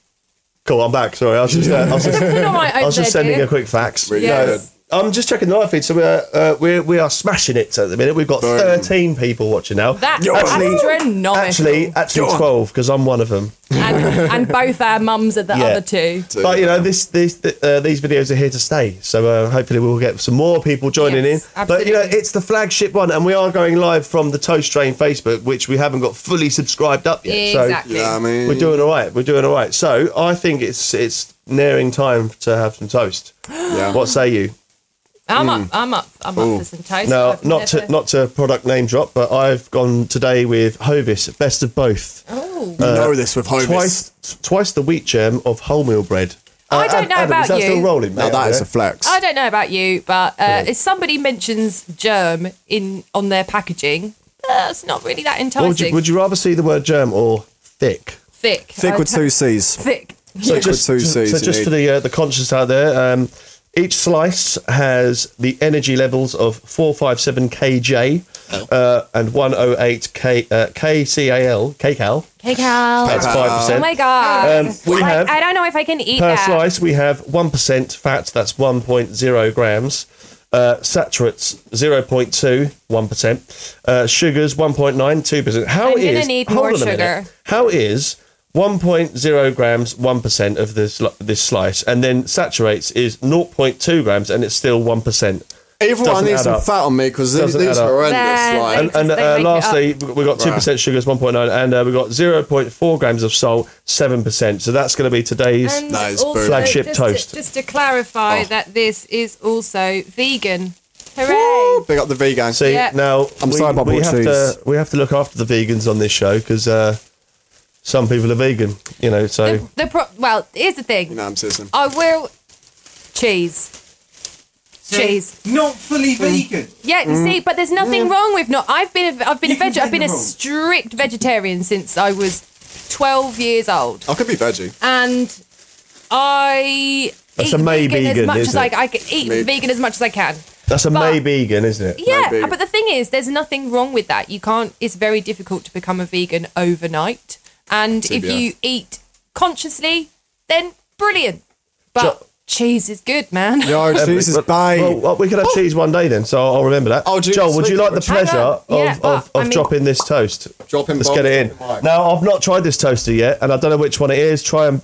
cool. I'm back. Sorry, I was just uh, I was just,
Something all right
I was
over
just
there,
sending
dear.
a quick fax.
Really
Yes.
good.
I'm just checking the live feed, so we're, uh, we're we are smashing it at the minute. We've got
Boom.
13 people watching now.
That's
Yo,
astronomical.
actually, actually 12 because I'm one of them.
and, and both our mums are the
Yeah.
other two.
But you know,
um,
this, this th- uh, these videos are here to stay. So uh, hopefully we'll get some more people joining
Yes,
in. But you know,
absolutely.
it's the flagship one, and we are going live from the Toast Train Facebook, which we haven't got fully subscribed up yet.
Exactly.
Yeah, I
So um,
mean,
we're doing all right. We're doing all right. So I think it's it's nearing time to have some toast.
yeah.
What say you?
I'm up. I'm up. I'm up for some toast.
Now,
I've
hmm. not to
never-
not to product name drop, but I've gone today with Hovis, best of both.
Oh.
You know this with
uh,
Hovis.
Twice twice the wheat germ of wholemeal bread. Uh,
I don't know
Adam,
about
is that
you.
still rolling, mate?
Now that
over
is a
there?
flex.
I don't know about you, but uh, if somebody mentions germ in on their packaging, that's not really that enticing.
Or would you, would you rather see the word germ or thick?
thick.
Thick with
I'd-
two C's.
Thick.
So
Thick
just,
with two
just-
Cs
so
you
just for
need.
the uh, the conscious out there, um, each slice has the energy levels of four five seven kJ uh, and one oh eight k uh, kcal kcal.
Hey, Cal.
That's five
Oh
percent.
my god.
Um, we
I,
have-
I don't know if I can eat
per
that.
slice we have 1% fat that's 1.0 grams uh, saturates 0.2 1% uh, sugars 1.9 2% How
I'm gonna
is-
need
hold
more
on a minute.
sugar.
how is 1.0 grams 1% of this li- this slice and then saturates is 0.2 grams and it's still 1%
Either one
Doesn't
needs
add
some
up.
fat on me because these,
Doesn't
these
add
are
up.
horrendous.
There,
like,
And,
They
and
just- they
uh,
make it
lastly, we- we've got 2% sugar, it's 1.9, and uh, we've got 0.4 grams of salt, 7%. So that's going to be today's.
And
That is
also,
boo.
Flagship
just
toast.
To, just to clarify
Oh.
that this is also vegan. Hooray!
Big up the vegan.
See,
Yeah.
now
I'm
we,
sorry about
we
bought
have
cheese.
to we have to look after the vegans on this show because uh, some people are vegan, you know. So
The, the pro- well, here's the thing.
You know, I'm sizzling.
I will cheese. Cheese.
Not fully vegan.
Yeah, you see, but there's nothing wrong with not. I've been a, I've been a
Mm. You can
veg. I've been a
take the wrong.
strict vegetarian since I was 12 years old,
I could be veggie.
and I
That's
eat
a May
vegan as
vegan,
much as
isn't
I
it?
I can eat
May-
vegan as much as I can.
that's a
But-
May vegan, isn't it?
Yeah,
vegan.
but the thing is, there's nothing wrong with that. You can't. It's very difficult to become a vegan overnight, and if
TBI.
you eat consciously, then brilliant. But
Jo-
cheese is good, man.
Yo, cheese is bad.
Well, well, we could have cheese one day then, so I'll remember that.
Oh, do you-
Joel, would you like the
Hang
on.
pleasure of,
Yeah, but,
of, of
I mean-
dropping this toast?
Drop him
Let's
bomb.
get it in.
Drop him
Now, I've not tried this toaster yet, and I don't know which one it is. Try and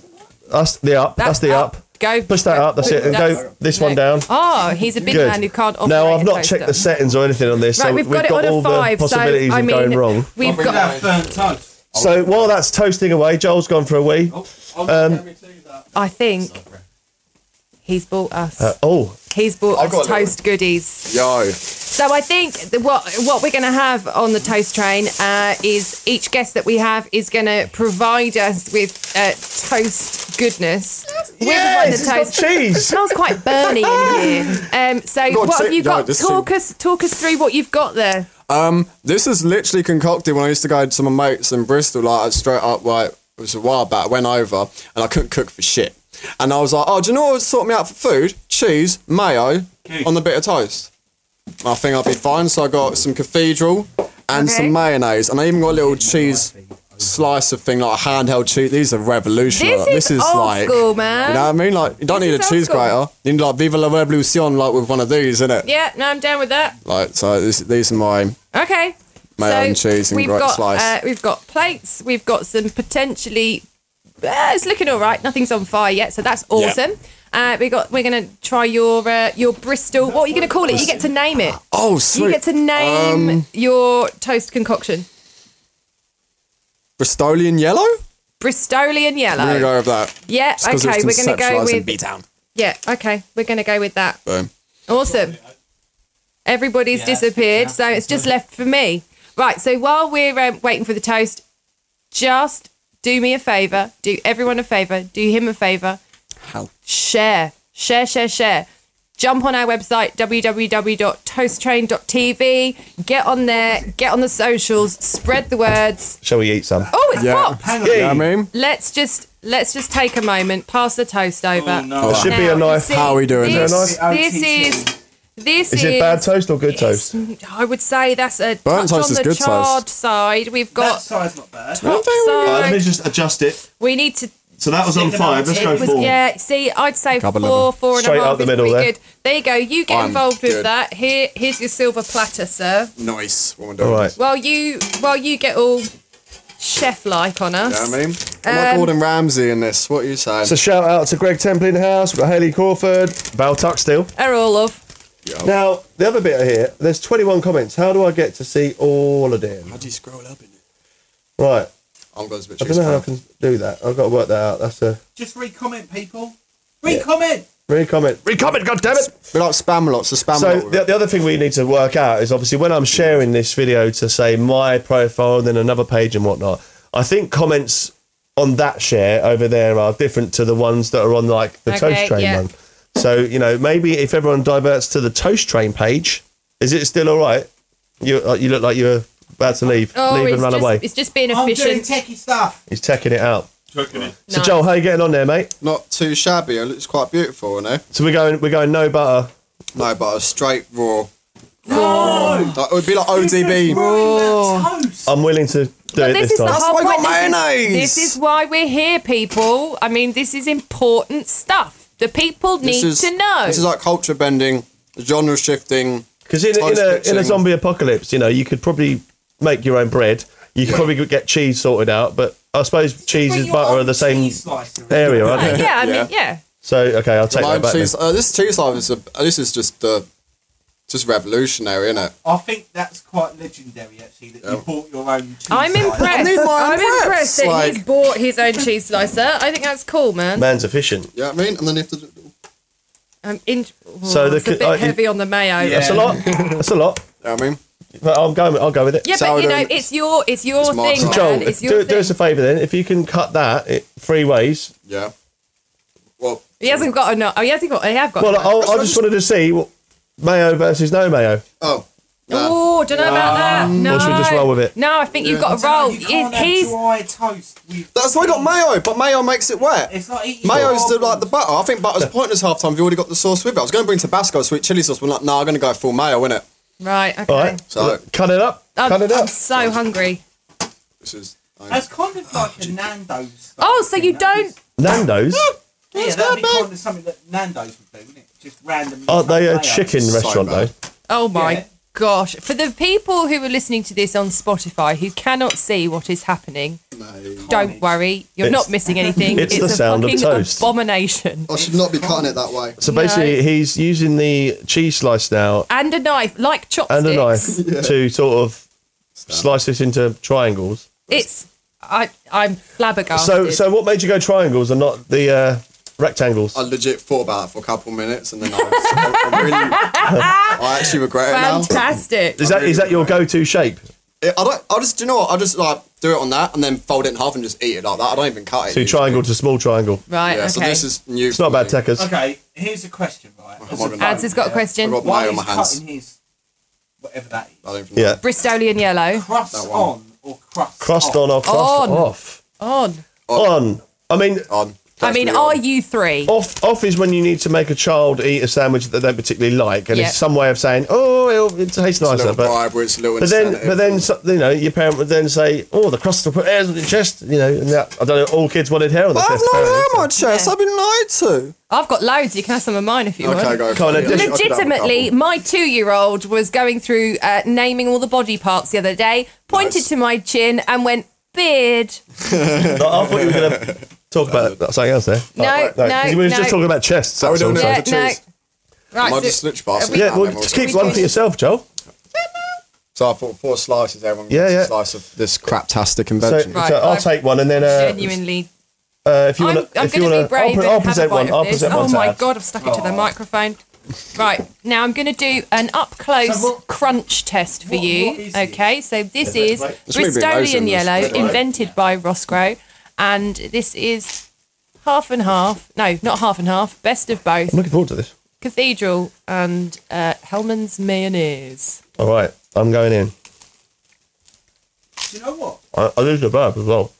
that's the up. That's, the up.
Go
Push that up. That's it. And go this one down.
Oh, he's a big
Good.
man who can't. operate
Now,
a
I've not
toaster.
checked the settings or anything on this,
Right,
so
we've got, it on
all
a five.
the
so
possibilities
I
of
mean,
going wrong.
we've
Well,
Look
got.
at that burnt toast.
So while that's toasting away, Joel's gone for a wee.
Oh, oh,
Um,
let me do that.
I think he's bought us.
Uh, oh,
he's bought
I've got a
us
little-
toast goodies.
Yo,
So I think that what what we're going to have on the toast train uh, is each guest that we have is going to provide us with uh, toast goodness. We're providing
yes, it's got
It
cheese.
smells quite burny in here. Um, so
God,
what
say-
have you
no,
got?
this
talk
thing-
us talk us through what you've got there.
Um, this is literally concocted when I used to go to my mates in Bristol, like straight up, like it was a while back. I went over and I couldn't cook for shit, and I was like, "Oh, do you know what would sort me out for food? Cheese, mayo,
Cake.
on the bit of toast." And I think I'll be fine. So I got some cathedral and
Okay.
some mayonnaise, and I even got a little cheese slice of thing, like a handheld cheese. These are revolutionary.
This
Like,
is old
like,
school, man.
You know what I mean? Like, you don't
This
need a
is old
cheese
school.
grater. You need like Viva la Revolucion, like with one of these, innit?
Yeah, no, I'm down with that.
Like, so this, these are my
Okay.
Mayo and cheese and
we've
great
got,
slice.
Uh, we've got plates. We've got some potentially. Uh, it's looking all right. Nothing's on fire yet, so that's awesome. Uh, we got. We're gonna try your uh, your Bristol. What are you gonna call it? You get to name it.
Oh, sweet. Um,
You get to name your toast concoction.
Bristolian yellow?
Bristolian yellow.
I'm going to go with that.
yeah.
It's 'cause
Okay.
it's
We're gonna go
conceptualised in
with.
B-Town.
Yeah. Okay. We're gonna go with that.
Boom.
Awesome. Everybody's
Yeah,
disappeared,
yeah.
so it's just left for me. Right, so while we're um, waiting for the toast, just do me a favor, do everyone a favor, do him a favor.
How?
Share, share, share, share. Jump on our website, www.toasttrain.tv. Get on there, get on the socials, spread the words.
Shall we eat some?
Oh, it's
Yeah.
popped.
Hang on.
You know what I mean?
Let's just let's just take a moment, pass the toast over.
Oh, no.
There should be a
Now,
knife.
you
How are we doing
this?
this?
Is it
This is
OTT?
this
Is it bad toast or good toast?
I would say that's a
Burnt
touch on
toast is
the
good
charred
toast.
side. We've
That
got
side's not bad.
top
Let me
side.
just adjust it.
We need to.
So that was on five. Let's go
It was,
four.
yeah, see, I'd say
Couple
four,
of
four and a half.
Straight out the
is
middle
pretty
there.
Good. There you go. You get
I'm
involved with
good.
that. Here, here's your silver platter, sir.
Nice. What am I doing?
All right.
While you, while you get all chef-like on
You know
us.
what I mean?
Um,
I'm like Gordon Ramsay in this. What are you saying?
So shout out to Greg Temple in the house. We've got Haley Crawford, Val Tuckstill.
Are all of.
Now the other bit here. There's 21 comments. How do I get to see all of them?
How do you scroll up in it?
Right.
I'm going to bit
I don't know how I can do that. I've got to work that out. That's a
Just re-comment, people. Re-comment.
re-comment. Re-comment. God damn it.
We like spam lots of spam.
So
lot.
the, the other thing we need to work out is obviously when I'm sharing this video to say my profile and then another page and whatnot. I think comments on that share over there are different to the ones that are on like the
Okay,
Toast Train
yeah.
one. So you know maybe if everyone diverts to the Toast Train page, is it still all right? You uh, you look like you're about to leave,
Oh,
leave
it's
and run
just,
away.
it's just being
I'm doing
efficient.
techie stuff.
He's teching it out. So
Nice.
Joel, how you getting on there, mate?
Not too shabby. It looks quite beautiful, you know?
So we're going we're going no butter.
No, but a straight raw. No! Like, it would be like ODB.
Oh.
Ruin that toast.
I'm willing to do
But
it
this
this,
is the
time.
whole
why I
point.
got
This is-
mayonnaise.
This is why we're here, people. I mean, this is important stuff. The people need
This is-
to know.
This is like culture bending, genre shifting.
Because in, in,
Toast
a, in a
pitching.
zombie apocalypse, you know, you could probably make your own bread. You could probably get cheese sorted out, but I suppose cheese
Bring
and
your
butter
own
are the same
cheese slicer in.
area, aren't
Uh,
they?
yeah, I
Yeah.
mean, yeah.
So okay, I'll take
Lime
that back.
cheese.
Then.
Uh, this cheese slice is a, this is just the just revolutionary, isn't it?
I think that's quite legendary, actually, that you bought your own cheese.
I'm
slicer.
impressed.
need my own
I'm
wraps,
impressed that he's
like-
bought his own cheese slicer. I think that's cool, man.
Man's efficient.
Yeah, I mean, and then you have to. Do,
I'm in-
So
so
the
it's a
co-
bit
uh, it-
heavy on the mayo. Yeah,
That's a lot. That's a lot.
you know what I mean,
But I'm going. I'll go with it.
but you know,
Sourdough.
it's your it's your
It's my
thing,
time.
man.
Joel,
it's your
do,
thing.
do us a favour then. If you can cut that it, three ways.
yeah. Well,
he hasn't got a no. Oh, he hasn't got. He have
Uh,
got.
Well,
a
I, I just wanted to see what, mayo versus no mayo.
oh, nah.
Oh, don't know about that. No.
Or should we just roll with it?
No, I think you've got to
No,
roll.
you can't
He- he's
have dry toast with.
that's why I got mayo, but mayo makes it wet.
It's not eating.
Mayo's the,
marbles.
like the butter. I think butter's pointless half time. You've already got the sauce with it. I was going to bring Tabasco sweet chili sauce, but I'm like, no, I'm going to go full mayo, innit?
right. Okay.
All right.
So-
cut it up.
I'm,
cut it
I'm
up.
so hungry.
This is.
That's kind of like a Nando's.
Oh, so you don't-
Nando's.
Yeah, that'd be kind of something that Nando's would do, wouldn't it? Just random.
Aren't they a
mayo.
chicken
So
restaurant
bad.
though?
Oh my
Yeah.
gosh! For the people who are listening to this on Spotify who cannot see what is happening, don't worry, you're
It's-
not missing anything.
it's the
a
sound of
fucking
toast.
abomination.
I should not be cutting it that way.
So basically, he's using the cheese slice now
And a knife, like chopsticks.
and a knife to sort of slice it into triangles.
It's I I'm flabbergasted.
So, so what made you go triangles and not the uh, rectangles?
I legit thought about it for a couple minutes and then I, was, I, really, I actually regret it now.
fantastic.
Is that is that your go-to shape?
It- I don't. I just do you know what? I just like do it on that and then fold it in half and just eat it like that. I don't even cut it.
So
usually.
triangle to small triangle.
Yeah.
Right. okay.
So this is new.
It's not bad
tech.
techers.
Okay, here's a question, right?
Come on,
Ads has got a question.
I got
Why
mayo on
is
my hands.
cutting his whatever that is?
I don't even know.
Yeah.
Bristolian yellow
Crust
That one.
on or crust
Crossed
off?
on or crossed
On.
off?
on.
On. I mean,
On.
I mean,
Definitely
are
on.
you
Oh.
three?
off off is when you need to make a child eat a sandwich that they don't particularly like, and
Yeah.
it's some way of saying, oh, it'll, it tastes
It's a
nicer,
little
but.
bribe where it's a little
But then,
incentive
but then,
and-
so- you know, your parent would then say, "Oh, the crust will put hairs on your chest," you know. And that, I don't know. All kids wanted hair on their
I've
chest.
not
apparently,
had
so-
my chest. I've been lied to.
I've got loads. You can have some of mine if you want.
Okay, go.
Come on,
for it.
let's-
I could have a
Legitimately,
couple.
my two-year-old was going through uh, naming all the body parts the other day. Pointed
Nice.
to my chin and went beard.
I thought you were going to talk about something else there.
No,
Oh,
no,
'cause we were just
no.
talking about chests.
Oh,
that's
no,
all.
no,
Yeah,
the
no.
cheese.
Right.
Might
so-
just snitch past
we-
it.
Yeah, well,
And then
just
we'll-
keep one for yourself, Joel.
So I thought four slices. Everyone
Yeah,
gets
yeah.
a slice of this craptastic
So,
invention.
Right,
so I'll
I've-
take one, and then uh,
genuinely,
uh, if you
I'm,
want,
I'm
if you
going to
want,
be brave
I'll,
and
pre- I'll
have
present
a bite
one.
of
I'll
this.
present
oh
one.
my
to Abs.
god, I've stuck it
Oh.
to the microphone. Right now, I'm going to do an up close
So what-
crunch test for
what-
you.
what is this?
okay, so this is
There's maybe loads in
Bristolian
this,
yellow,
uh,
isn't there?
invented by Roscoe, and this is half and half. No, not half and half. Best of both.
I'm looking forward to this.
Cathedral and uh, Hellman's mayonnaise.
All right, I'm going in.
Do you know what?
I, I lose the verb as well.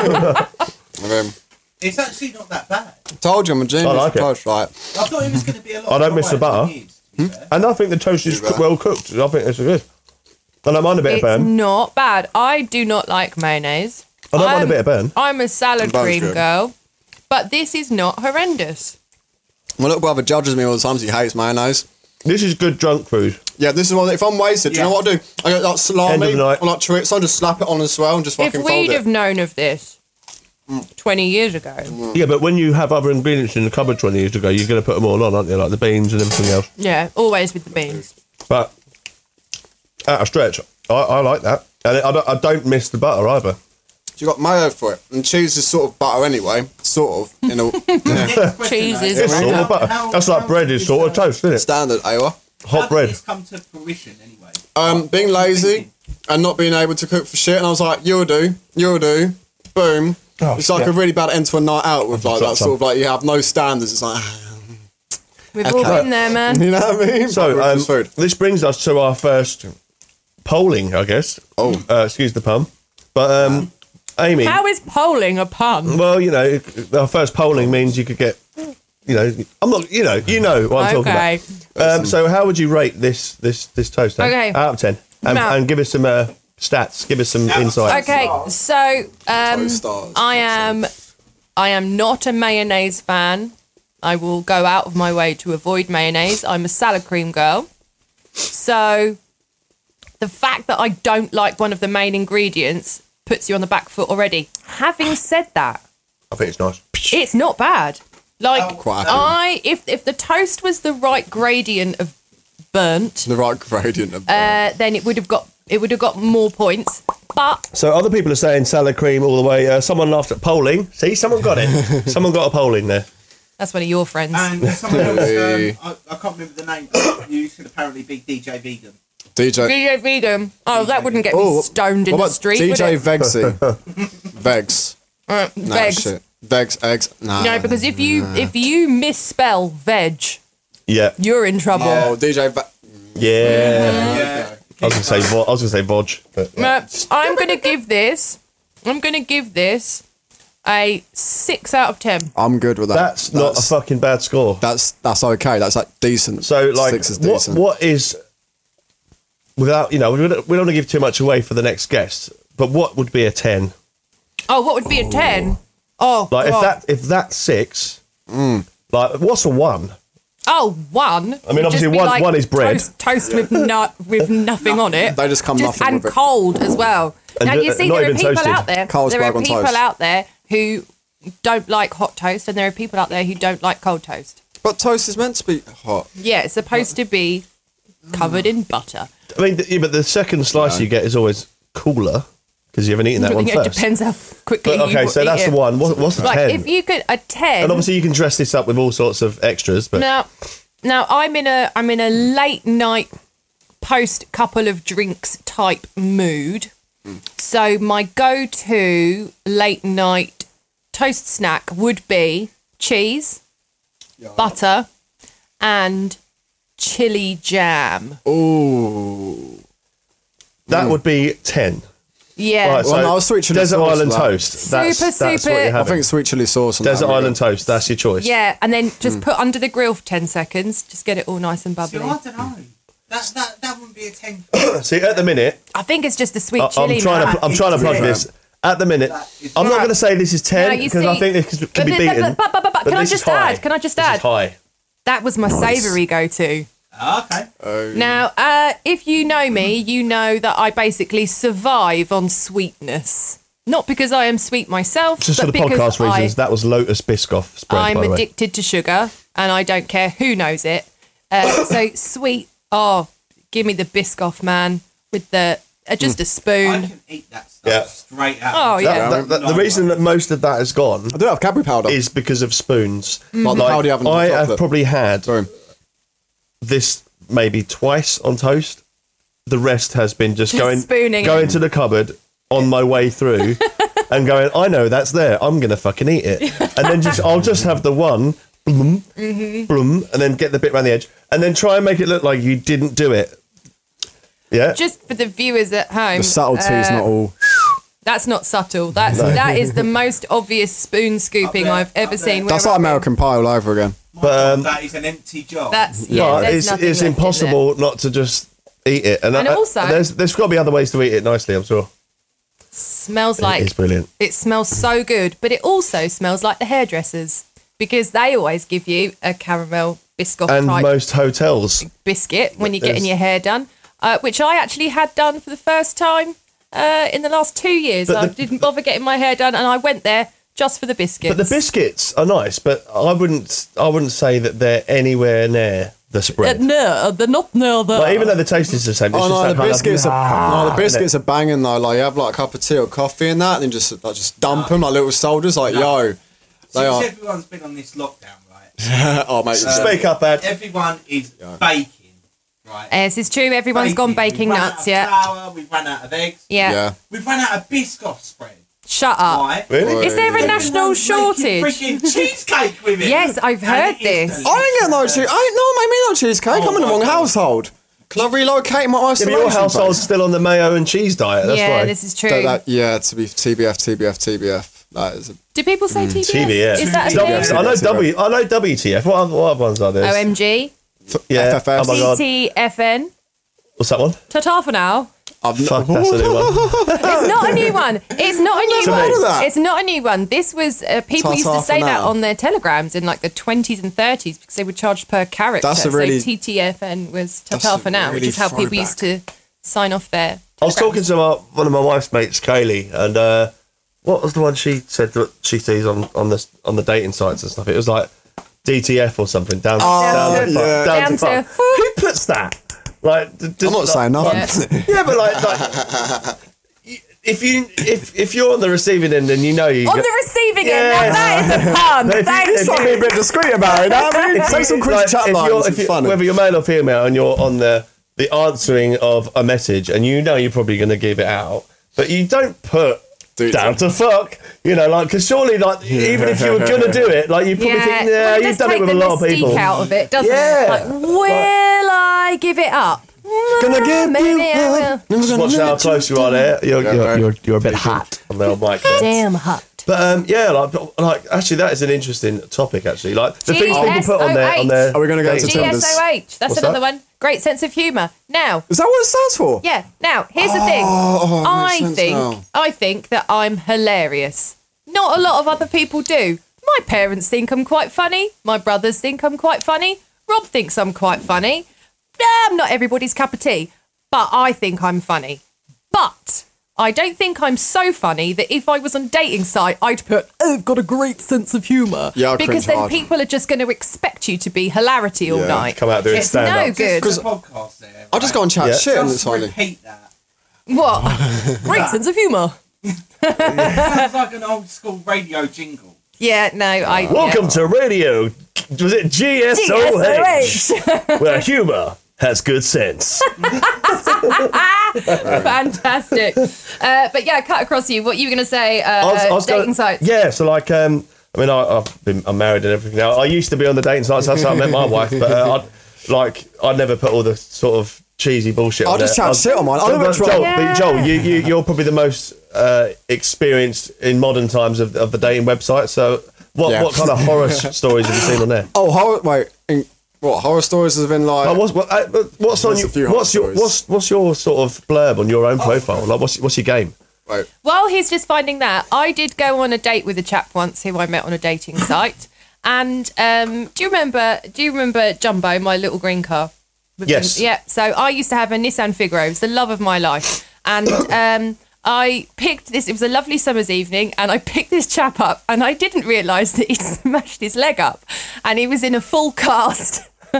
Um,
It's actually not that bad.
told you I'm a genius.
I like it.
Approach, right?
I thought it was going to be a lot.
I don't
more
miss the
work than
butter.
it is,
Hmm?
to be fair.
And I think the toast is
Do that.
well cooked. I think it's good. And I mind a bit
It's
of burn.
not bad. I do not like mayonnaise.
I don't mind a
I'm-
bit of burn.
I'm a salad
Buns
cream
good.
girl, but this is not horrendous.
My little brother judges me all the time. 'cause He hates mayonnaise.
This is good drunk food.
Yeah, this is one. If I'm wasted, do you know
Yeah.
what I do? I get
End
like
of
salami
the night.
or like chorizo, so I just slap it on as well and just
If
fucking fold
we'd have
it. Mm.
known of this 20 years ago,
Yeah, but when you have other ingredients in the cupboard 20 years ago, you're going to put them all on, aren't you? Like the beans and everything else.
yeah, always with the beans.
But at a stretch, I, I like that. And I don't, I don't miss the butter either.
You got mayo for it, and cheese is sort of butter anyway, sort of in a yeah,
Next question,
Cheese
though.
is
It's
Right.
sort of butter.
How-
That's
how
like bread is
did
sort of
this, uh,
toast, isn't it?
standard AOA.
how
Hot
did
bread.
this come to fruition anyway?
Um, being lazy and not being able to cook for shit, and I was like, you'll do, you'll do, boom.
Oh,
it's like
yeah.
a really bad end to a night out with like that
dropped
sort of like you have no standards. It's like
We've all
Okay.
been there, man.
you know what I mean.
So
But
um,
it's food.
this brings us to our first polling, I guess.
Oh.
Uh, excuse the pun. But um, Amy.
How is polling a pun?
Well, you know, our first polling means you could get, you know, I'm not, you know, you know what I'm
Okay.
talking about. Um, so, how would you rate this this this toast? then?
Okay.
out of ten, and,
Now-
and give us some uh, stats, give us some insights.
Okay, so um,
Toast stars.
I am, I am not a mayonnaise fan. I will go out of my way to avoid mayonnaise. I'm a salad cream girl. So the fact that I don't like one of the main ingredients puts you on the back foot already. Having said that,
I think it's nice.
it's not bad. Like
Oh, Quite happy.
I, if if the toast was the right gradient of burnt,
The right gradient of
uh, then it would have got it would have got more points. But
So other people are saying salad cream all the way. Uh, someone laughed at polling. See, someone got it. someone got a poll in there.
that's one of your friends.
And someone else,
Hey.
um, I, I can't remember the name, but you should apparently be DJ Vegan.
DJ.
DJ Vegan. Oh, that wouldn't get
Oh,
me stoned in
what
the
about
street. would
DJ
it?
Vexy? Vex.
Uh,
Nah,
vegs.
shit. Vex, eggs. Nah.
No, because if you if you misspell veg,
Yeah,
you're in trouble.
Oh, DJ Vex.
yeah.
Yeah.
I was gonna say vo- I was gonna say vodge, but yeah.
Uh, I'm gonna give this. I'm gonna give this a six out of ten.
I'm good with that.
that's, not a fucking bad score.
That's that's okay. That's like decent.
So like,
six is
what
decent.
what is without you know we don't, we don't want to give too much away for the next guest, but what would be a ten?
Oh, what would be a ten? Oh,
Like if
God.
that if that's six, like what's a one?
Oh, one.
I mean,
would
obviously
just be
one- one is bread.
Toast, toast with no, with nothing on it.
They just come nothing
and
with it.
cold as well.
And
now
ju-
you see,
not
there are
even
people
toasted.
out there. there
Carlsberg
are
on
people
toast.
out there who don't like hot toast, and there are people out there who don't like cold toast.
But toast is meant to be hot.
Yeah, it's supposed to be covered in butter.
I mean, th- yeah, but the second slice you get is always cooler because you haven't eaten that
I
one
think
first.
it depends how quickly.
But
you
okay, so
eat
that's
it.
the one. What, what's the
Like,
ten?
if you could a ten.
and obviously, you can dress this up with all sorts of extras. But
Now, now I'm in a I'm in a late night post couple of drinks type mood.
Hmm.
So my go to late night toast snack would be cheese, butter, and chili jam.
Ooh.
that would be ten.
Yeah.
Right, so
Well, no, I was switching the
desert
sauce
island
for that.
toast. That's,
Super,
that's
super-
what you're
I
having.
think sweet chili sauce on
desert
that.
island toast. That's your choice.
Yeah, and then just
Hmm.
put under the grill for ten seconds. Just get it all nice and
See,
bubbly.
I don't know. That, that, that wouldn't be a 10.
See, at the minute,
I think it's just the sweet
I,
chili.
am trying
man.
to. I'm trying to plug
Yeah.
this. At the minute, I'm not
Right.
going to say this is
No,
ten
you
because I
see-
think this can
But-
be
but-
beaten.
but- but- but- but- can I
this is
just add?
high.
Can I just
This is
add?
high.
That was my savoury go to.
Ah, okay.
Now, uh, if you know me, you know that I basically survive on sweetness. Not because I am sweet myself,
Just for
but
the
because
podcast
I,
reasons, that was Lotus Biscoff spread.
I'm
by the way.
addicted to sugar, and I don't care who knows it. Uh, so sweet, oh, give me the Biscoff man with the uh, just
Hmm.
a
I
spoon.
can eat that stuff
Yeah.
straight out.
Oh,
of
yeah.
That- that- the reason that most of that has gone
I do have Cadbury powder.
is because of spoons.
Mm-hmm.
Like the powder you have in
I
the
have
chocolate.
probably had
Sorry.
this maybe twice on toast. The rest has been just,
Just
going
spooning
going
it.
to the cupboard on my way through and going, I know that's there. I'm gonna fucking eat it. And then just I'll just have the one bloom
Mm-hmm.
bloom and then get the bit around the edge and then try and make it look like you didn't do it. Yeah.
Just for the viewers at home,
The subtlety is
uh,
not all.
that's not subtle. That's that is the most obvious spoon scooping
there,
I've ever
up there.
seen.
That's
where
like
I've been.
American Pie all over again.
but, um,
that is an empty jar.
That's yeah.
but
there's
it's
nothing
it's
left, is there?
impossible not to just eat it. And,
And
I-
also-
there's there's got to be other ways to eat it nicely. I'm sure.
Smells like
it is brilliant.
It smells so good, but it also smells like the hairdressers because they always give you a caramel biscoff
and
type
most hotels.
biscuit when you're getting
There's-
your hair done, uh, which I actually had done for the first time uh, in the last two years.
But
I
the-
didn't bother getting my hair done, and I went there just for the biscuits.
But the biscuits are nice, but I wouldn't I wouldn't say that they're anywhere near the
Uh,
spread.
no, they're not no. They're,
Like, even though the taste is the same, it's
Oh
just
no,
that
the
kind of- Ah,
biscuits are no, the biscuits are banging though. Like you have like a cup of tea or coffee and that, and then just like just dump them like little soldiers. Like yo, they
Since
are.
everyone's been on this lockdown, right?
oh mate,
Speak up, Ed.
Everyone is baking, right?
Uh, yes, it's true. Everyone's gone baking
We've run
nuts.
out of
Yeah,
flour, we've run out of eggs.
yeah. Ah.
yeah.
We've run out of biscoff spread.
Shut up.
Why?
Really?
Is there a national
Everyone's
shortage?
making Freaking cheesecake with it.
Yes, I've heard
And it is
this.
delicious.
I didn't get no cheese. I ain't no, made me no cheesecake. I'm in the
my
wrong
God.
household. Can I relocate my
Yeah,
isolation?
but your household's
place?
still on the mayo and cheese diet. That's
yeah,
why.
this is true.
That- that- yeah, to be TBF, TBF, TBF. That is a,
Do people say TBS?
TV, yeah.
Is that a
Double-
thing?
TBS.
I know W. I know WTF. What other, what other ones are there?
OMG.
yeah.
FFS.
Oh my
E
god.
TTFN.
What's that one?
Ta ta for now.
I've n-
Fuck, that's a new one.
It's not a new one. It's not a new
never heard of
one.
that.
It's not a new one. This was uh, people
Ta-ta
used to
for
say that
now.
on their telegrams in like the twenties and thirties because they were charged per character.
That's a really-
so TTFN was ta ta
That's a
for now, which
really
is how people used to sign off their.
I was talking
telegrams.
to my, one of my wife's mates, Kaylee, and uh, what was the one she said that she sees on, on the on the dating sites and stuff? It was like DTF or something down,
Oh,
down, the pub-
yeah.
down,
Down
to
to-
pub. Who puts that? Like, d- just
I'm not
like-
saying nothing.
like- yeah, but like, like y- if you if if you're on the receiving end and you know you
On
get-
the receiving
Yes.
end, now that is a pun.
No, if you-
That
if
is
you-
Trying to be a bit discreet about it, aren't we? Say some quick
Like,
chat
if you're-
lines.
if
It's
you-
funny.
Whether you're male or female, and you're on the the answering of a message, and you know you're probably going to give it out, but you don't put.
Dude,
down to fuck, you know, like because surely, like even if you were gonna do it, like you probably think, yeah,
Well, it
you've
does
done it
take
with a
the
lot of
mystique
people.
out of it, doesn't
Yeah.
it? Like, will I give it up?
Gonna give
Ah, Maybe
you
I will.
Never
Just
gonna
watch how
let you
close you are there. You're,
Yeah,
you're,
right.
you're, you're a bit hot on the mic. there.
Damn hot.
But um, yeah, like, but, like actually, that is an interesting topic. Actually, like the things people put on there. On their
Are we gonna go
things.
to September?
GSOH. That's
What's
another
that?
one. Great sense of humour. Now,
Is that what it stands for?
yeah. Now, here's the thing.
oh, it makes
I
sense
think
now.
I think that I'm hilarious. Not a lot of other people do. My parents think I'm quite funny. My brothers think I'm quite funny. Rob thinks I'm quite funny. I'm not everybody's cup of tea, but I think I'm funny. But I don't think I'm so funny that if I was on a dating site, I'd put, oh, I've got a great sense of humour.
Yeah, I cringe
because then
hard.
people are just going to expect you to be hilarity all
Yeah,
night.
come out doing
it's no
stand-up.
good.
Because podcast there.
I'll just go and chat
Yeah.
shit. And it's
Just
funny.
repeat that.
What? great sense of humour.
Sounds like an old school radio jingle.
Yeah, no, I.
Welcome
yeah.
to radio. Was it GSOH?
GSOH.
where humour has good sense.
Ah, Fantastic. Uh, but yeah, cut across you. What you were going to say? Uh,
I was- I
uh,
was
dating
gonna-
sites.
Yeah, so like, um, I mean, I, I've been I'm married and everything now. I used to be on the dating sites. That's how I met my wife. But uh, I'd, like, I'd never put all the sort of cheesy bullshit.
I'll
on
just
there.
have
I'd-
shit on mine. I don't know
But
what's wrong.
Joel, but Joel, you, you you're probably the most uh, experienced in modern times of, of the dating website. So what
Yeah.
what kind of horror s- stories have you seen on there?
Oh, horror. Wait, in, what horror stories have been like?
Like what's what, uh, what's on
There's a
your
few Oh. horror
what's your
stories.
what's what's your sort of blurb on your own profile? Like what's what's your game?
Wait,
While he's just finding that, I did go on a date with a chap once who I met on a dating site. And um, do you remember? Do you remember Jumbo, my little green car? With
Yes.
the- yeah. So I used to have a Nissan Figaro. It was the love of my life. And um, I picked this. It was a lovely summer's evening, and I picked this chap up, and I didn't realise that he'd smashed his leg up, and he was in a full cast.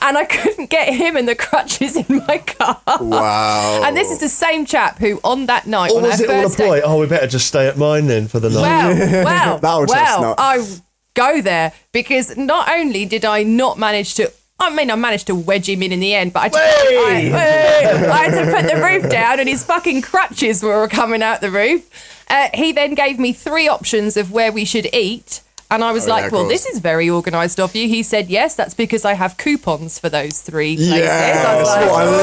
And I couldn't get him and the crutches in my car.
wow.
Uh, And this is the same chap who, on that night,
Or
on our
was it all a
first date-
ploy? Oh, we better just stay at mine then for the night.
well, well,
That'll test
well,
now.
I go there because not only did I not manage to. I mean, I managed to wedge him in in the end, but I had, to, I,
Hey!
Hey! I had to put the roof down, and his fucking crutches were coming out the roof. Uh, he then gave me three options of where we should eat, and I was
Oh, yeah,
like,
of
"Well,
course.
this is very organised of you." He said, "Yes, that's because I have coupons for those three places." I
yeah,
was like,
what a
"Oh,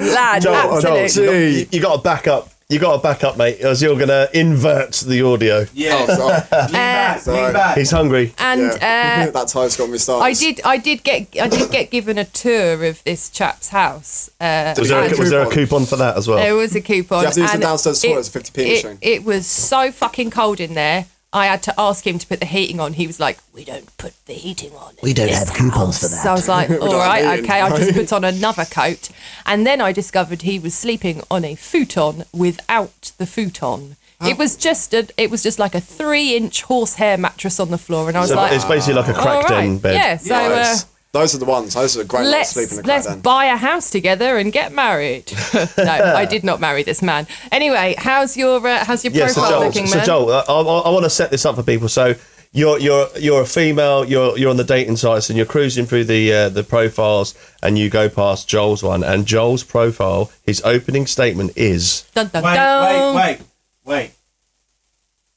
lad.
lad,
Joel, Joel,
absolutely."
you, got, you, you got to back up. You got to back up, mate, as you're going to invert the audio.
Yeah.
Oh, sorry.
lean back.
sorry.
Lean back.
He's hungry.
and uh,
yeah. that time's got me started.
I did. I did get. I did get given a tour of this chap's house. Uh,
Was there, a,
and
was there a coupon for that as
there
well?
was a coupon.
You have to use the
and
downstairs
it-
toilet, it's a 50p
it-
machine.
It was so fucking cold in there. I had to ask him to put the heating on. He was like, "We don't put the heating on." We don't have coupons for that. So I was like, "All right,
heating."
okay." I just put on another coat, and then I discovered he was sleeping on a futon without the futon. It was just a, it was just like a three-inch horsehair mattress on the floor, and I was
So
like,
it's basically like a
"All
cracked
right,
in bed.
yeah." So. Uh,
Nice. Those are the ones. Those are a great night's
let's
sleep in a crack
let's
den.
buy a house together and get married. no, I did not marry this man. Anyway, how's your uh, how's your
Yeah,
profile
so Joel,
looking,
so
man?
Joel I, I, I want to set this up for people. So you're you're you're a female. You're you're on the dating sites and you're cruising through the uh, the profiles and you go past Joel's one and Joel's profile. His opening statement is
Dun, dun,
Wait,
dun.
wait, wait, wait.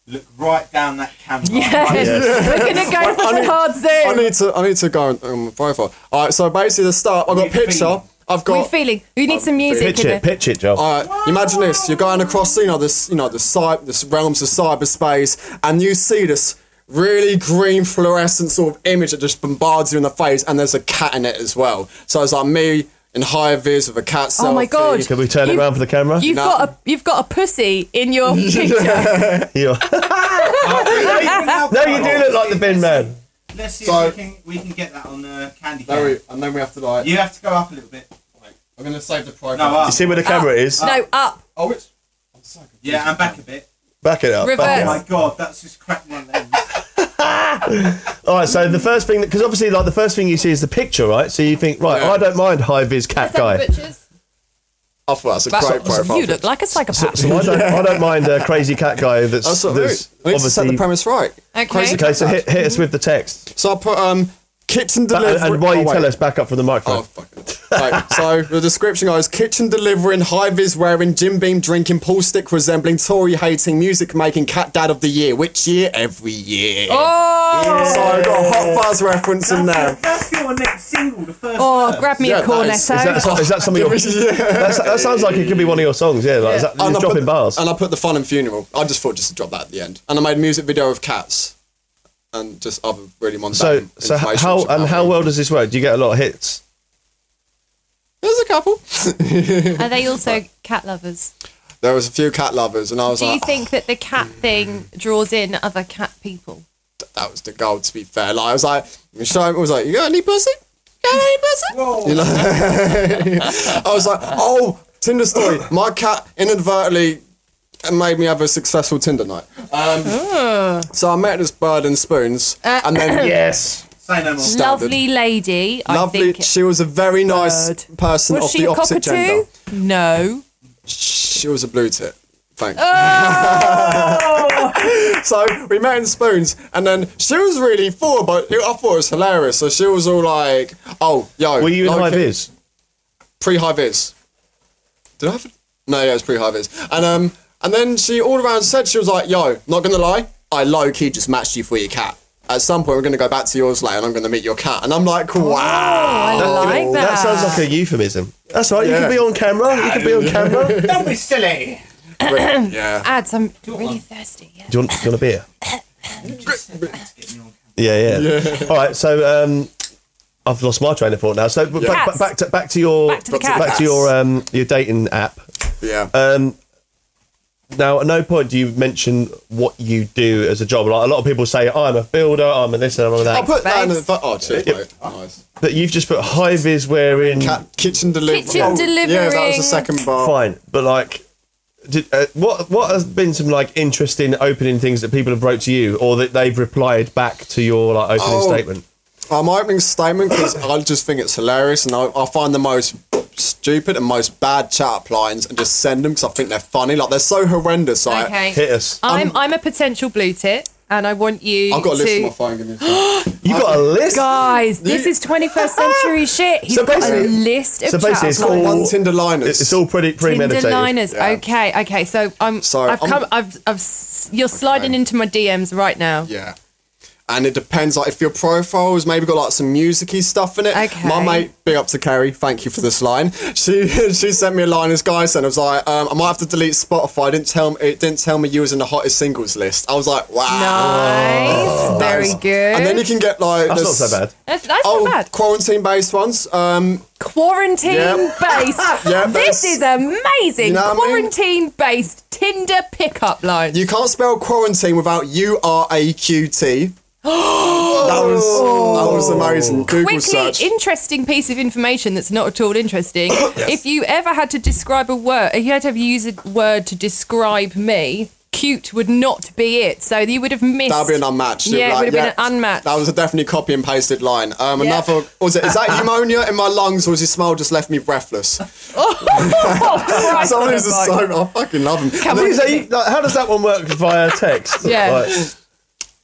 Look right down that camera.
Yeah. We're gonna go for the hard
I
zoom.
need to. I need to go on um, profile. All right. So basically, the start. I've got a
What are you
picture.
feeling?
I've
We're
got.
feeling. We need some music
pitch
in
it,
there.
pitch it, Joel.
All right. Imagine this. You're going across, you know, this, you know, the cyber, this realms of cyberspace, and you see this really green fluorescent sort of image that just bombards you in the face, and there's a cat in it as well. So it's like me in high vis with a cat selfie.
Oh my god!
Can we turn it
You've-
round for the camera?
You've
No.
got a you've got a pussy in your picture.
You're- no,
no,
you do look like the bin man.
Let's see
So-
if we can, we can get that on the candy
There
cane.
we- and then we have to like.
You have to go up a little bit. Wait.
I'm gonna save the profile.
No, uh,
You
up.
see where the camera is?
Uh, no, up,
Oh, it's. I'm so confused.
Yeah, and back a bit.
Back it up. back it
reverse.
up.
Oh my god, that's just cracked my lens.
All right, so the first thing, because obviously, like the first thing you see is the picture, right? So you think, right,
Yeah.
I don't mind high vis cat guy.
I thought that's a
That's
great
what-
profile.
you look like a psychopath.
So I don't, I don't mind a crazy cat guy that's,
That's what I mean.
that's
We need to set the
obviously.
premise right.
Okay.
Okay, so hit, hit us with the text.
So I put um, kitchen
But-
delivery.
and, and while you
oh, wait.
tell us, back up from the microphone.
Oh, fucking. Right, so the description goes kitchen delivering, high vis wearing, Jim Beam drinking, pool stick resembling, Tory hating, music making, cat dad of the year. Which year? Every year.
Oh,
So I got a Hot Fuzz reference in there.
That's your next single, the first.
oh, grab me
Yeah,
a
that is-
Is
cornetto.
that, is that some of your?
Oh,
That's, that sounds like it could be one of your songs. Yeah, like, is that, you're
I
dropping
put,
bars.
And I put the fun and funeral. I just thought just to drop that at the end. And I made a music video of cats and just other really
so,
mundane.
so
information
how
about
and how
me.
well does this work? Do you get a lot of hits?
There's a couple.
Are they also cat lovers?
There was a few cat lovers, and I was
Do you
like,
think that the cat thing draws in other cat people?
that was the goal. To be fair, like I was like, Sean was like, you got any pussy? You got any pussy? You know? I was like, oh, Tinder story. My cat inadvertently made me have a successful Tinder night. Um,
Ah.
so I met this bird and spoons,
Uh,
and then
Yes.
Say no more.
Standard.
Lovely lady. I
lovely.
think
She was a very nice
Bird.
person
Was
of
she
the
a
opposite
cockatoo?
gender.
No.
She was a blue tit. Thanks. so we met in spoons, and then she was really full, but it, I thought it was hilarious. So she was all like, "Oh, yo,
Were you in high
like it-
vis?
pre-high vis. Did I have? A... No, yeah, it was pre-high vis. And um, and then she all around said she was like, "Yo, not gonna lie, I low key just matched you for your cat. At some point, we're gonna go back to yours later, and I'm gonna meet your cat." And I'm like, "Wow."
I like that.
That sounds like a euphemism. That's right. You
Yeah.
could be on camera. You could be on camera. do,
Don't be silly.
yeah.
Ads. I'm really thirsty. Yeah.
you want, do you want a beer? yeah, yeah, All right. So um, I've lost my train of thought now. So b-
Yeah.
back-
Cats.
back to back to your
Back to the cats.
your um, your dating app.
Yeah.
Um, now, at no point do you mention what you do as a job. Like a lot of people say, "Oh, I'm a builder, I'm a this and I'm a
I'll
that.
put that in the. Oh, cheers, mate. Nice.
But you've just put high vis wearing.
Cat kitchen delivery.
Mm. Kitchen Mm.
Yeah, that was
delivering.
the second bar.
Fine, but like, did, uh, what what has been some like interesting opening things that people have wrote to you, or that they've replied back to your like opening
Oh.
statement?
I'm opening statement because I just think it's hilarious, and I, I find the most stupid and most bad chat up lines, and just send them because I think they're funny. Like they're so horrendous. Like,
Okay.
Hit us.
I'm I'm a potential blue tit, and I want you
Um, I've got a list on my
to.
phone. Give me a second.
You got a list.
Guys, this is 21st century shit. He's
So
got a
basically-
list of
so basically it's
chat
all-
lines.
One Tinder liners.
It's it's all pretty
Tinder
premeditated.
liners.
Yeah.
Okay, okay. So I'm.
Sorry,
I've
I'm-
come. I've. I've. s- You're sliding into my DMs right now.
Yeah. And it depends, like if your profile has maybe got like some musicy stuff in it.
Okay.
My mate, big up to Carrie, thank you for this line. She she sent me a line as guy and I was like, um, I might have to delete Spotify. Didn't tell me it didn't tell me you was in the hottest singles list. I was like, wow.
Nice. Very
Nice.
good.
Oh, And then you can get like
That's not
this-
so bad.
That's, that's
Oh,
not bad.
quarantine based ones. Um,
Quarantine
Yep.
based.
Yep,
this
that's-
is amazing.
You know what I mean?
Quarantine based Tinder pickup line.
you can't spell quarantine without U R A Q T. That was that was amazing. Google
Quickly,
search.
interesting piece of information that's not at all interesting. If you ever had to describe a word, if you had to have used a word to describe me, cute would not be it. So you would have missed.
That would be an unmatched.
Yeah, it
Like,
would have been an unmatched.
That was a definitely copy and pasted line. Um,
Yeah.
Another was it? Is that pneumonia in my lungs, or is his smile just left me breathless?
Oh, Christ
Someone
on
who's
a
just
bike.
so I fucking love him.
How is that- you- like, how does that one work via text?
Yeah.
Like,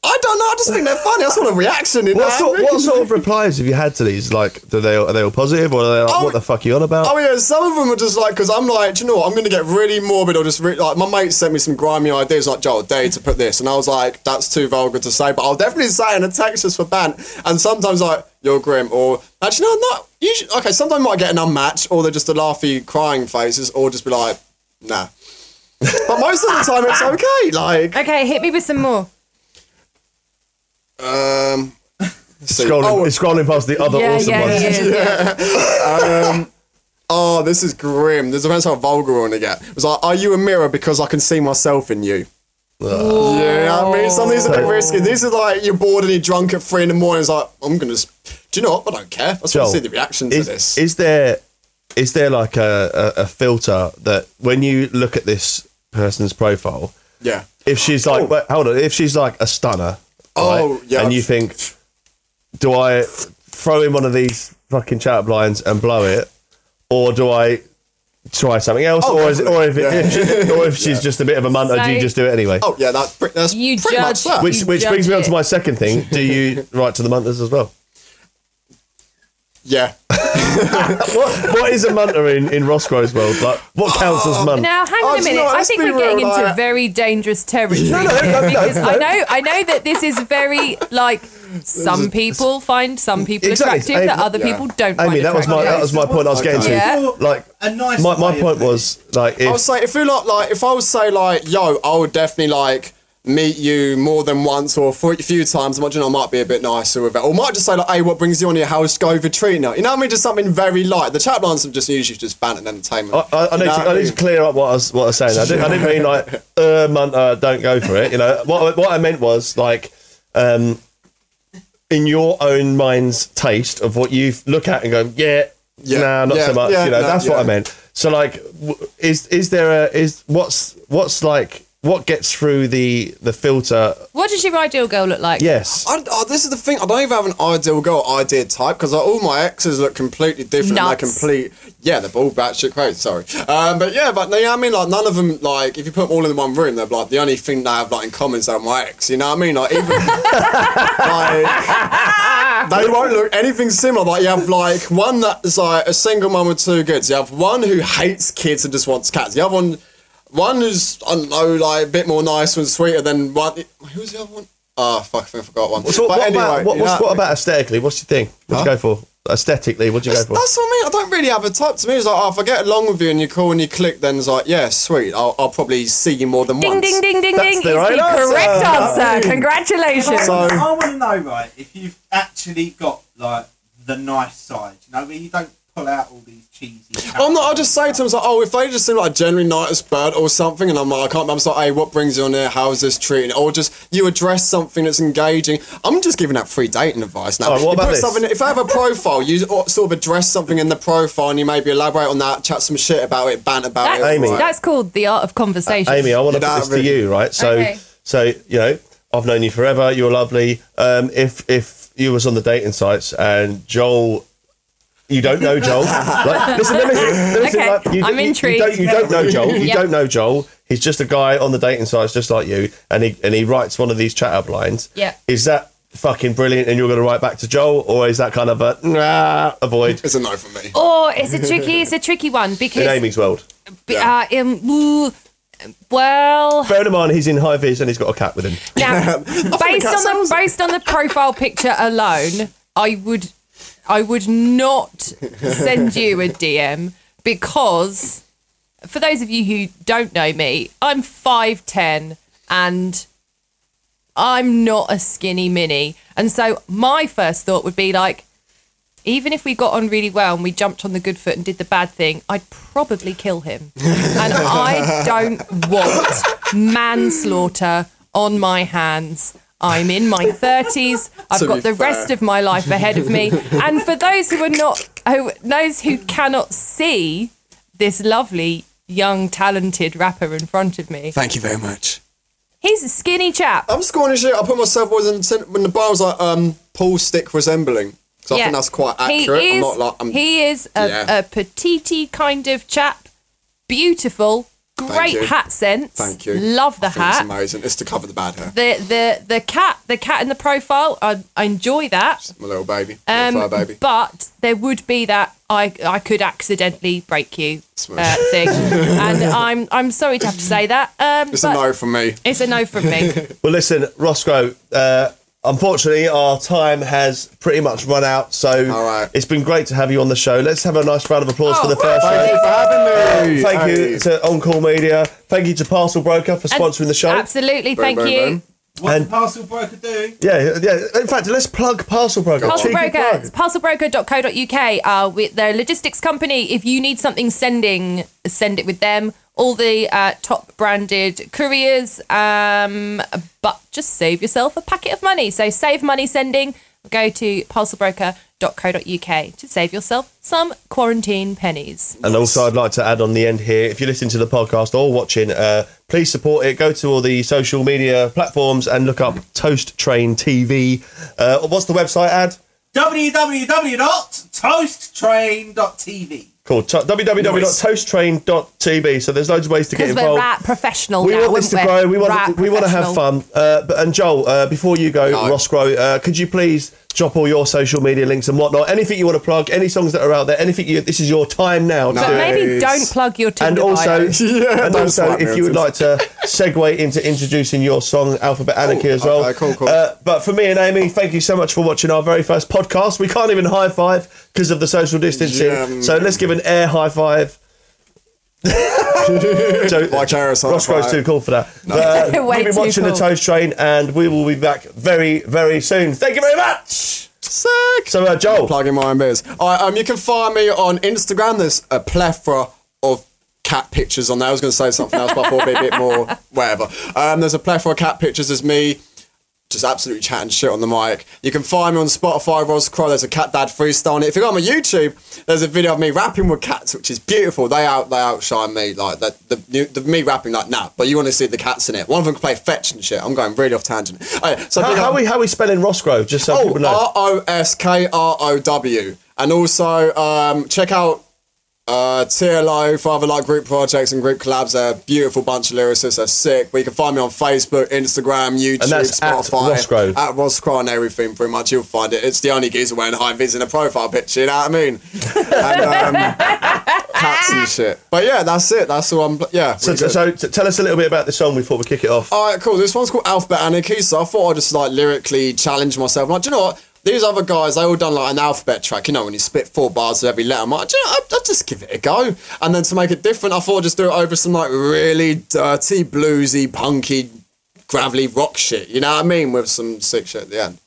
I don't know. I just think they're funny. I just want a reaction. In
what
that.
sort What sort of replies have you had to these? Like, do they are they all positive, or are they like,
Oh,
what the fuck are you on about?
Oh yeah, some of them are just like because I'm like, do you know what? I'm gonna get really morbid or just re- like my mate sent me some grimy ideas like Joel Day to put this, and I was like, that's too vulgar to say, but I'll definitely say it in a text just for ban. And sometimes like you're grim or actually no, I'm not. Usually, okay, sometimes I might get an unmatch or they're just the laughy crying faces or just be like, nah. but most of the time it's okay. Like
Okay, hit me with some more.
um, let's see.
scrolling,
Oh,
it's scrolling past the other
yeah,
awesome
yeah,
ones.
yeah, yeah.
oh, this is grim. This depends how vulgar we're gonna get. It was like, are you a mirror because I can see myself in you? Yeah, I mean, some of these are a bit risky. These are like you're bored and you're drunk at three in the morning. It's like I'm gonna. s- Do you know what? I don't care. I just
Joel,
want to see the reaction to
is,
this.
is there is there like a, a, a filter that when you look at this person's profile,
yeah.
if she's like, wait, hold on, if she's like a stunner,
Oh,
right?
yeah,
And
I've-
you think, do I throw in one of these fucking chat blinds and blow it, or do I try something else,
Oh,
or is it, or if, it,
definitely.
if she- or if she's just a bit of a munter, do you
So-
just do it anyway?
Oh yeah, that's pre- that's
You
pretty much
judge-
that.
which
you
which brings me on
judge
to my second thing. Do you write to the munters as well?
yeah,
What, what is a munter in, in Roscoe's world? Like, what counts as munt?
Now, hang
Oh,
on a
do you
minute.
know what?
I
Let's
think
be
we're getting
real,
into
like-
very dangerous territory. here, because I know, I know that this is very like some people find some people
Exactly.
attractive
Amy,
that other
yeah.
people don't.
Amy,
find
that was my
attractive.
that was my point. I was getting to
Yeah.
like
A nice
my, my
way of
point
putting
was like
I
if
would say if you like, like if I would say like, yo, I would definitely like meet you more than once or a few times. Imagine I might be a bit nicer with it, or might just say like, hey, what brings you on your house? Go over treating her. You know what I mean? Just something very light. The chat lines are just usually just banter and entertainment.
I, I, I, need
You know
to,
what
I need to
mean?
clear up what I was, what I was saying. I didn't, I didn't mean like, uh, munter, don't go for it. You know, what, I- what I meant was like, um, in your own mind's taste of what you look at and go, yeah,
Yeah,
nah, not
yeah,
so much.
yeah,
you know,
nah,
that's what I
yeah.
meant. So like, w- is is there a is what's what's like what gets through the the filter?
What does your ideal girl look like?
Yes,
I, oh, this is the thing. I don't even have an ideal girl idea type because all my exes look completely different. and They're
Nuts.
complete. Yeah, they're all batshit crazy. Sorry, um, but yeah, but no, you know what I mean. Like none of them. Like if you put them all in one room, they're like the only thing they have like in common is they're my ex. You know what I mean? Like even like they won't look anything similar. Like you have like one that is like a single mum with two kids. You have one who hates kids and just wants cats. The other one, one who's I don't know, like a bit more nice and sweeter than one. Who's the other one? Oh, fuck, I think I forgot one.
So
but
what,
anyway,
about, what,
you know
what's,
I
what
mean?
about aesthetically? What's your thing? What'd you go for? Aesthetically, what'd you
That's,
go for?
that's what I mean. I don't really have a type. To me, it's like, oh, if I get along with you and you call and you click, then it's like, yeah, sweet. I'll, I'll probably see you more than
Ding
once.
ding ding ding
That's
ding is
the
the
right answer.
correct answer.
I,
Congratulations.
So-
want to know, right, if you've actually got like the nice side, you know, where you don't pull out all these cheesy.
I'm not. I just say to them, it's like, oh, if they just seem like a generally nice bird or something, and I'm like, I can't. remember, I'm just like, hey, what brings you on there? How's this treating? Or just you address something that's engaging. I'm just giving out free dating advice now.
All right, what
You
about
put
this?
something- If I have a profile, you sort of address something in the profile, and you maybe elaborate on that, chat some shit about it, banter about
That's,
it.
Amy.
that's called the art of conversation.
Amy, I want to
You know
put this
what I
to
mean?
you, right? So,
Okay.
so you know, I've known you forever. You're lovely. Um, if if you was on the dating sites and Joel, you don't know Joel. like, listen, let me, let me listen,
Okay,
like, you,
I'm
you- you
intrigued.
don't- You don't, know Joel. You
Yeah.
don't know Joel. He's just a guy on the dating sites, just like you, and he and he writes one of these chat up lines.
Yeah.
is that? Fucking brilliant, and you're going to write back to Joel, or is that kind of a nah, avoid
It's a no for me.
Or Oh, it's a tricky, it's a tricky one
in
because
Amy's world?
Yeah.
uh, um, ooh, well,
Bear in mind, he's in high vis and he's got a cat with him.
Now, based on the based on the profile picture alone, I would I would not send you a DM because for those of you who don't know me, I'm five ten and I'm not a skinny mini, and so my first thought would be like. Even if we got on really well and we jumped on the good foot and did the bad thing, I'd probably kill him. And I don't want manslaughter on my hands. I'm in my 30s. I've
To be
got the
fair.
rest of my life ahead of me. And for those who are not, who those who cannot see this lovely young talented rapper in front of me,
Thank you very much.
he's a skinny chap.
I'm scoring a shit. I put myself always in the centre- when the bar I was like um Paul Stick resembling. So I think that's quite accurate.
He is,
I'm not like I'm
he is a,
Yeah.
a petite kind of chap. Beautiful, great
you.
hat sense.
Thank you.
Love the
I think
hat.
It's amazing. It's to cover the bad hair.
The the the cat the cat in the profile. I, I enjoy that.
My little baby.
Um,
little fur baby.
but there would be that I I could accidentally break you uh,
Smash.
thing, and I'm I'm sorry to have to say that. Um,
It's a
but
no from me.
It's a no from me.
Well, listen, Roscoe, uh, unfortunately, our time has pretty much run out. So
All right.
it's been great to have you on the show. Let's have a nice round of applause for the first
Thank
one.
you for having me.
Thank
Hey.
you to Encore Media. Thank you to Parcel Broker for sponsoring the show.
Absolutely,
Boom,
thank
boom,
you.
boom.
What's
and-
the parcel broker doing?
Yeah, yeah. In fact, let's plug Parcel Broker.
Parcel
Cheeky
Broker,
plug.
it's parcelbroker.co.uk. Uh, with their logistics company. If you need something sending, send it with them. All the uh, top branded couriers, um, but just save yourself a packet of money. So save money sending.
go to parcelbroker.co.uk to save yourself some quarantine pennies.
And also, I'd like to add on the end here if you're listening to the podcast or watching, uh, please support it. Go to all the social media platforms and look up Toast Train TV. Uh, what's the website ad?
www.toasttrain.tv.
Cool. To- www.toasttrain.tv. So there's loads of ways to get
Because
involved.
we're rap professional
we
now.
want this to
aren't
grow. We want
Rap
we want to have
professional.
fun. Uh, but, and Joel, uh, before you go, Ross Grow, uh, could you please drop all your social media links and whatnot? Anything you want to plug? Any songs that are out there? Anything? You, this is your time now. to
But
do it.
maybe don't plug your Tinder
And also,
bio.
and
don't
also,
slap me
if
on
you would
Tinder.
like to segue into introducing your song Alphabet Anarchy as well.
okay, cool, cool.
Uh, but for me and Amy, thank you so much for watching our very first podcast. We can't even high five because of the social distancing.
Yeah, um,
so let's give an air high five. so
Like Harris,
Ross Grove's too cool for that. But, uh,
Way
we'll be
too
watching the
cool.
Toast Train, and we will be back very, very soon. Thank you very much.
Sick.
So, uh, Joel,
plugging my own beers. All right, um, you can find me on Instagram. There's a plethora of cat pictures on there. I was going to say something else, but I thought it'd be a bit more whatever. Um, there's a plethora of cat pictures. There's me. Just absolutely chatting shit on the mic. You can find me on Spotify, Ros Crow. There's a Cat Dad freestyle on it. If you go on my YouTube, there's a video of me rapping with cats, which is beautiful. They out they outshine me. Like the, the, new- the me rapping like nah, but you want to see the cats in it. One of them can play fetch and shit. I'm going really off tangent. Oh, yeah, so
how,
big
how
up-
we how we spelling Ross Grove? Just so people know.
Oh, R O S K R O W. And also, um, check out uh, TLO, Father Like Group Projects and Group Collabs. They're a beautiful bunch of lyricists. They're sick. We can find me on Facebook, Instagram, YouTube,
And that's at
Spotify.
Rosgrove.
At Rosgrove and everything, pretty much. You'll find it. It's the only geezer wearing high vis in a profile picture, you know what I mean? and, um, cats and shit. But yeah, that's it. That's all I'm. Yeah.
So,
we good.
so, so tell us a little bit about the song before we kick it off.
All right, cool. This one's called Alphabet Anarchy. So I thought I'd just like lyrically challenge myself. I'm like, do you know what? These other guys, they all done like an alphabet track, you know, when you spit four bars of every letter. I'm like, do you know, I'll, I'll just give it a go. And then to make it different, I thought I'd just do it over some like really dirty, bluesy, punky, gravelly rock shit. You know what I mean? With some sick shit at the end.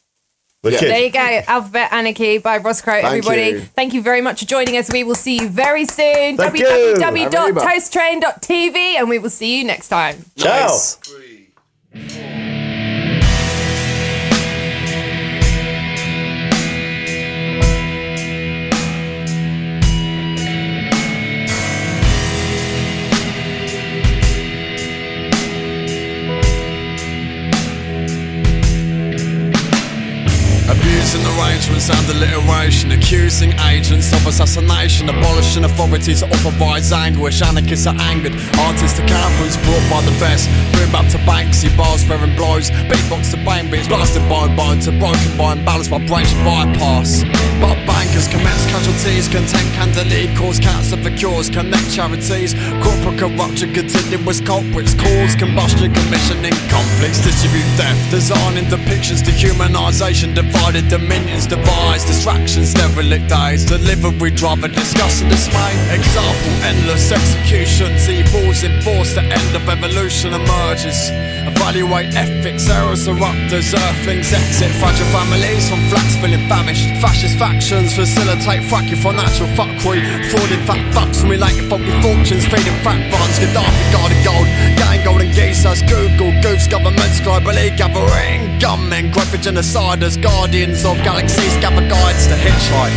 We're
yeah.
kidding.
There you go, Alphabet Anarchy by Ross Crow. everybody,
you.
thank you very much for joining us. We will see you very soon.
Thank you.
www.toasttrain.tv, and we will see you next time.
Ciao.
Nice. Abusing arrangements and alliteration, accusing agents of assassination, abolishing authorities that authorize anguish. Anarchists are angered, artistic anthems brought by the best. Boom up to Banksy, bars bearing blows, beatbox to bang beats, blasted by bone to broken by imbalanced vibration bypass. But bankers commence casualties, content can delete, cause cancer for cures, connect charities, corporate corruption, continuous culprits, cause combustion, commissioning conflicts, distribute death, designing depictions, dehumanization, divided dominions, devise distractions, derelict days, delivery driver, discussing dismay, example, endless executions, evils enforced, the end of evolution emerges. Evaluate ethics, errors, eruptors, earthlings, exit, fragile families from flats feeling famished. Fascist factions facilitate fracking for natural fuckery. Frauding fat fucks related faulty fortunes, feeding fat funds. Gaddafi guarded gold, gang golden geezers, Google goofs, governments, globally gathering. Gunmen, graphic genociders, guardians of galaxies, gather guides to hitchhike.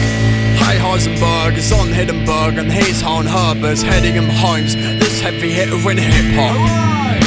Hey Heisenberg is on Hindenburg and he's on Herbers heading him homes. This heavy hitter in hip hop.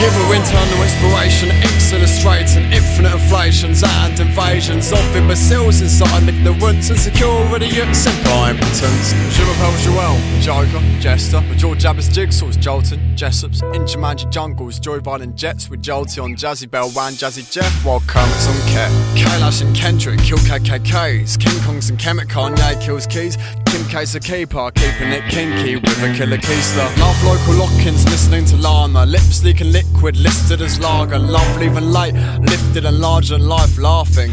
Give her internal inspiration, inks illustrating infinite inflations and invasions of imbeciles inside ignorance, insecurity, and simple impotence. Jumapel Joel, Joker, Jester, with George Jabba's jigsaws, Jolton, Jessops, in Jumanji Jungles, Joy Violin Jets with Jolty on Jazzy Bell, Wan Jazzy Jeff, while Kermit's on Ket. Kailash and Kendrick kill KKKs, King Kongs and Kemet Kanye kills keys, Kim K's a keeper, keeping it kinky with a killer keister. Love local lock-ins, listening to Lana. Lips leaking liquid, listed as lager. Love leaving late, lifted and larger than life, laughing.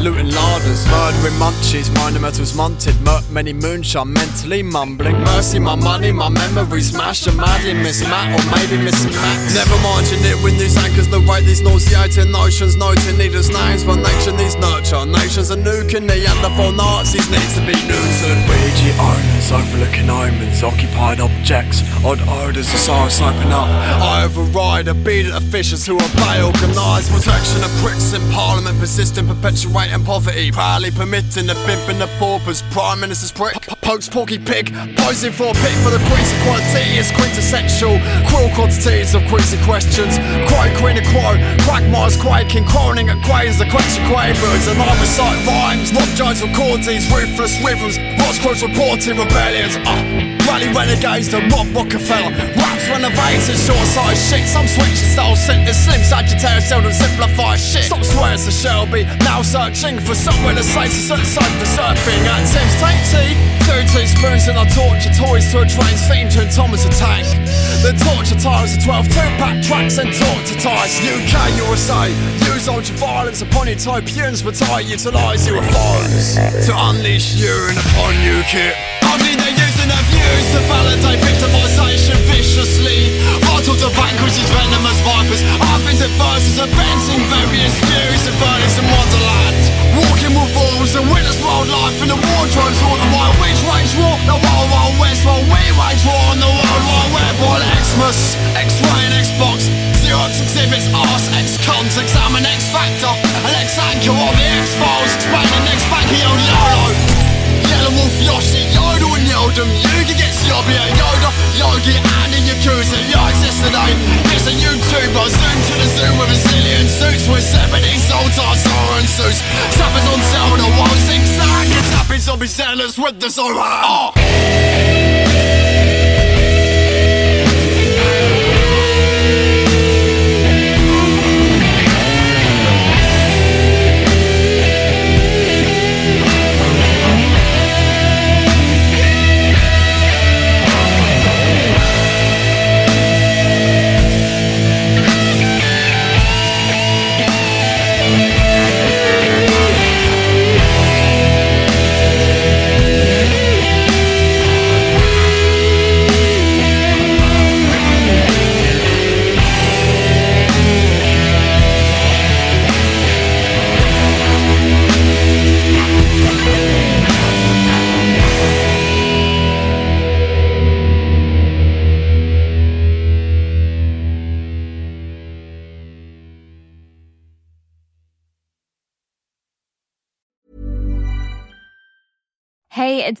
Looting larders, murdering munchies, minor metals munted. Murk many moonshine, mentally mumbling. Mercy, my money, my memory smashed. And madly miss Matt, or maybe missing Max. Never mind, you knit with news anchors that write these nauseating notions. Noting leaders' names, one nation needs nurture. Nations are nuking, Neanderthal Nazis needs to be neutered. We Cagey owners overlooking omens, occupied objects, odd odours of science open up. I override a beat of officials who obey organised protection of pricks in parliament, persistent, perpetuating poverty, proudly permitting the pimp and the paupers, prime minister's prick, pokes porky pig, posing for a pick for the queen's equality is quintessential, quill quantities of queasy questions, quote queen of quote, quagmires quaking, croning at quays, the question quaid birds, and I recite rhymes, Rob Jones records these ruthless rhythms, Roscross reporting rebellions, uh, rally renegades to Rob Rockefeller, raps renovating short-sized shit, some switching style sentence, slim sagittarius seldom simplify shit, stop swearing to Shelby, now searching for somewhere that's safe to search safe for surfing, at Sims Take Tea, through teaspoons and I torture toys to a train's fiend to Thomas a tank, then torture tires a 12 two-pack tracks and torture ties, UK, USA, use ultra-violence upon utopians, but I utilise your foes to unleash urine upon you, kid. I mean, they're using their views to validate victimization viciously. Vital to vanquish these venomous vipers. I've been to verses, advancing various theories of verdicts in Wonderland. Walking with wolves and witness wildlife in the wardrobes all the while. Which wage war? The Wild Wild West. Well, we wage war on the World Wide Web. All Xmas, X-Ray and Xbox. Xerox exhibits, arse, X-Cons. Examine X-Factor, an X-Anchor on the X-Files. Explaining X-Banky on Yolo. Yellow Wolf Yoshi, Yodel and Yoldum, Yugi gets Yobby and Yoda, Yogi and in Yakuza, you exist today. It's a YouTuber, zoom to the zoo with a zillion suits, with 70s old Tarsaran suits. Tappers on Zelda, while sing sang, and tapping zombie sellers with the Zora. Oh.
Hey, it's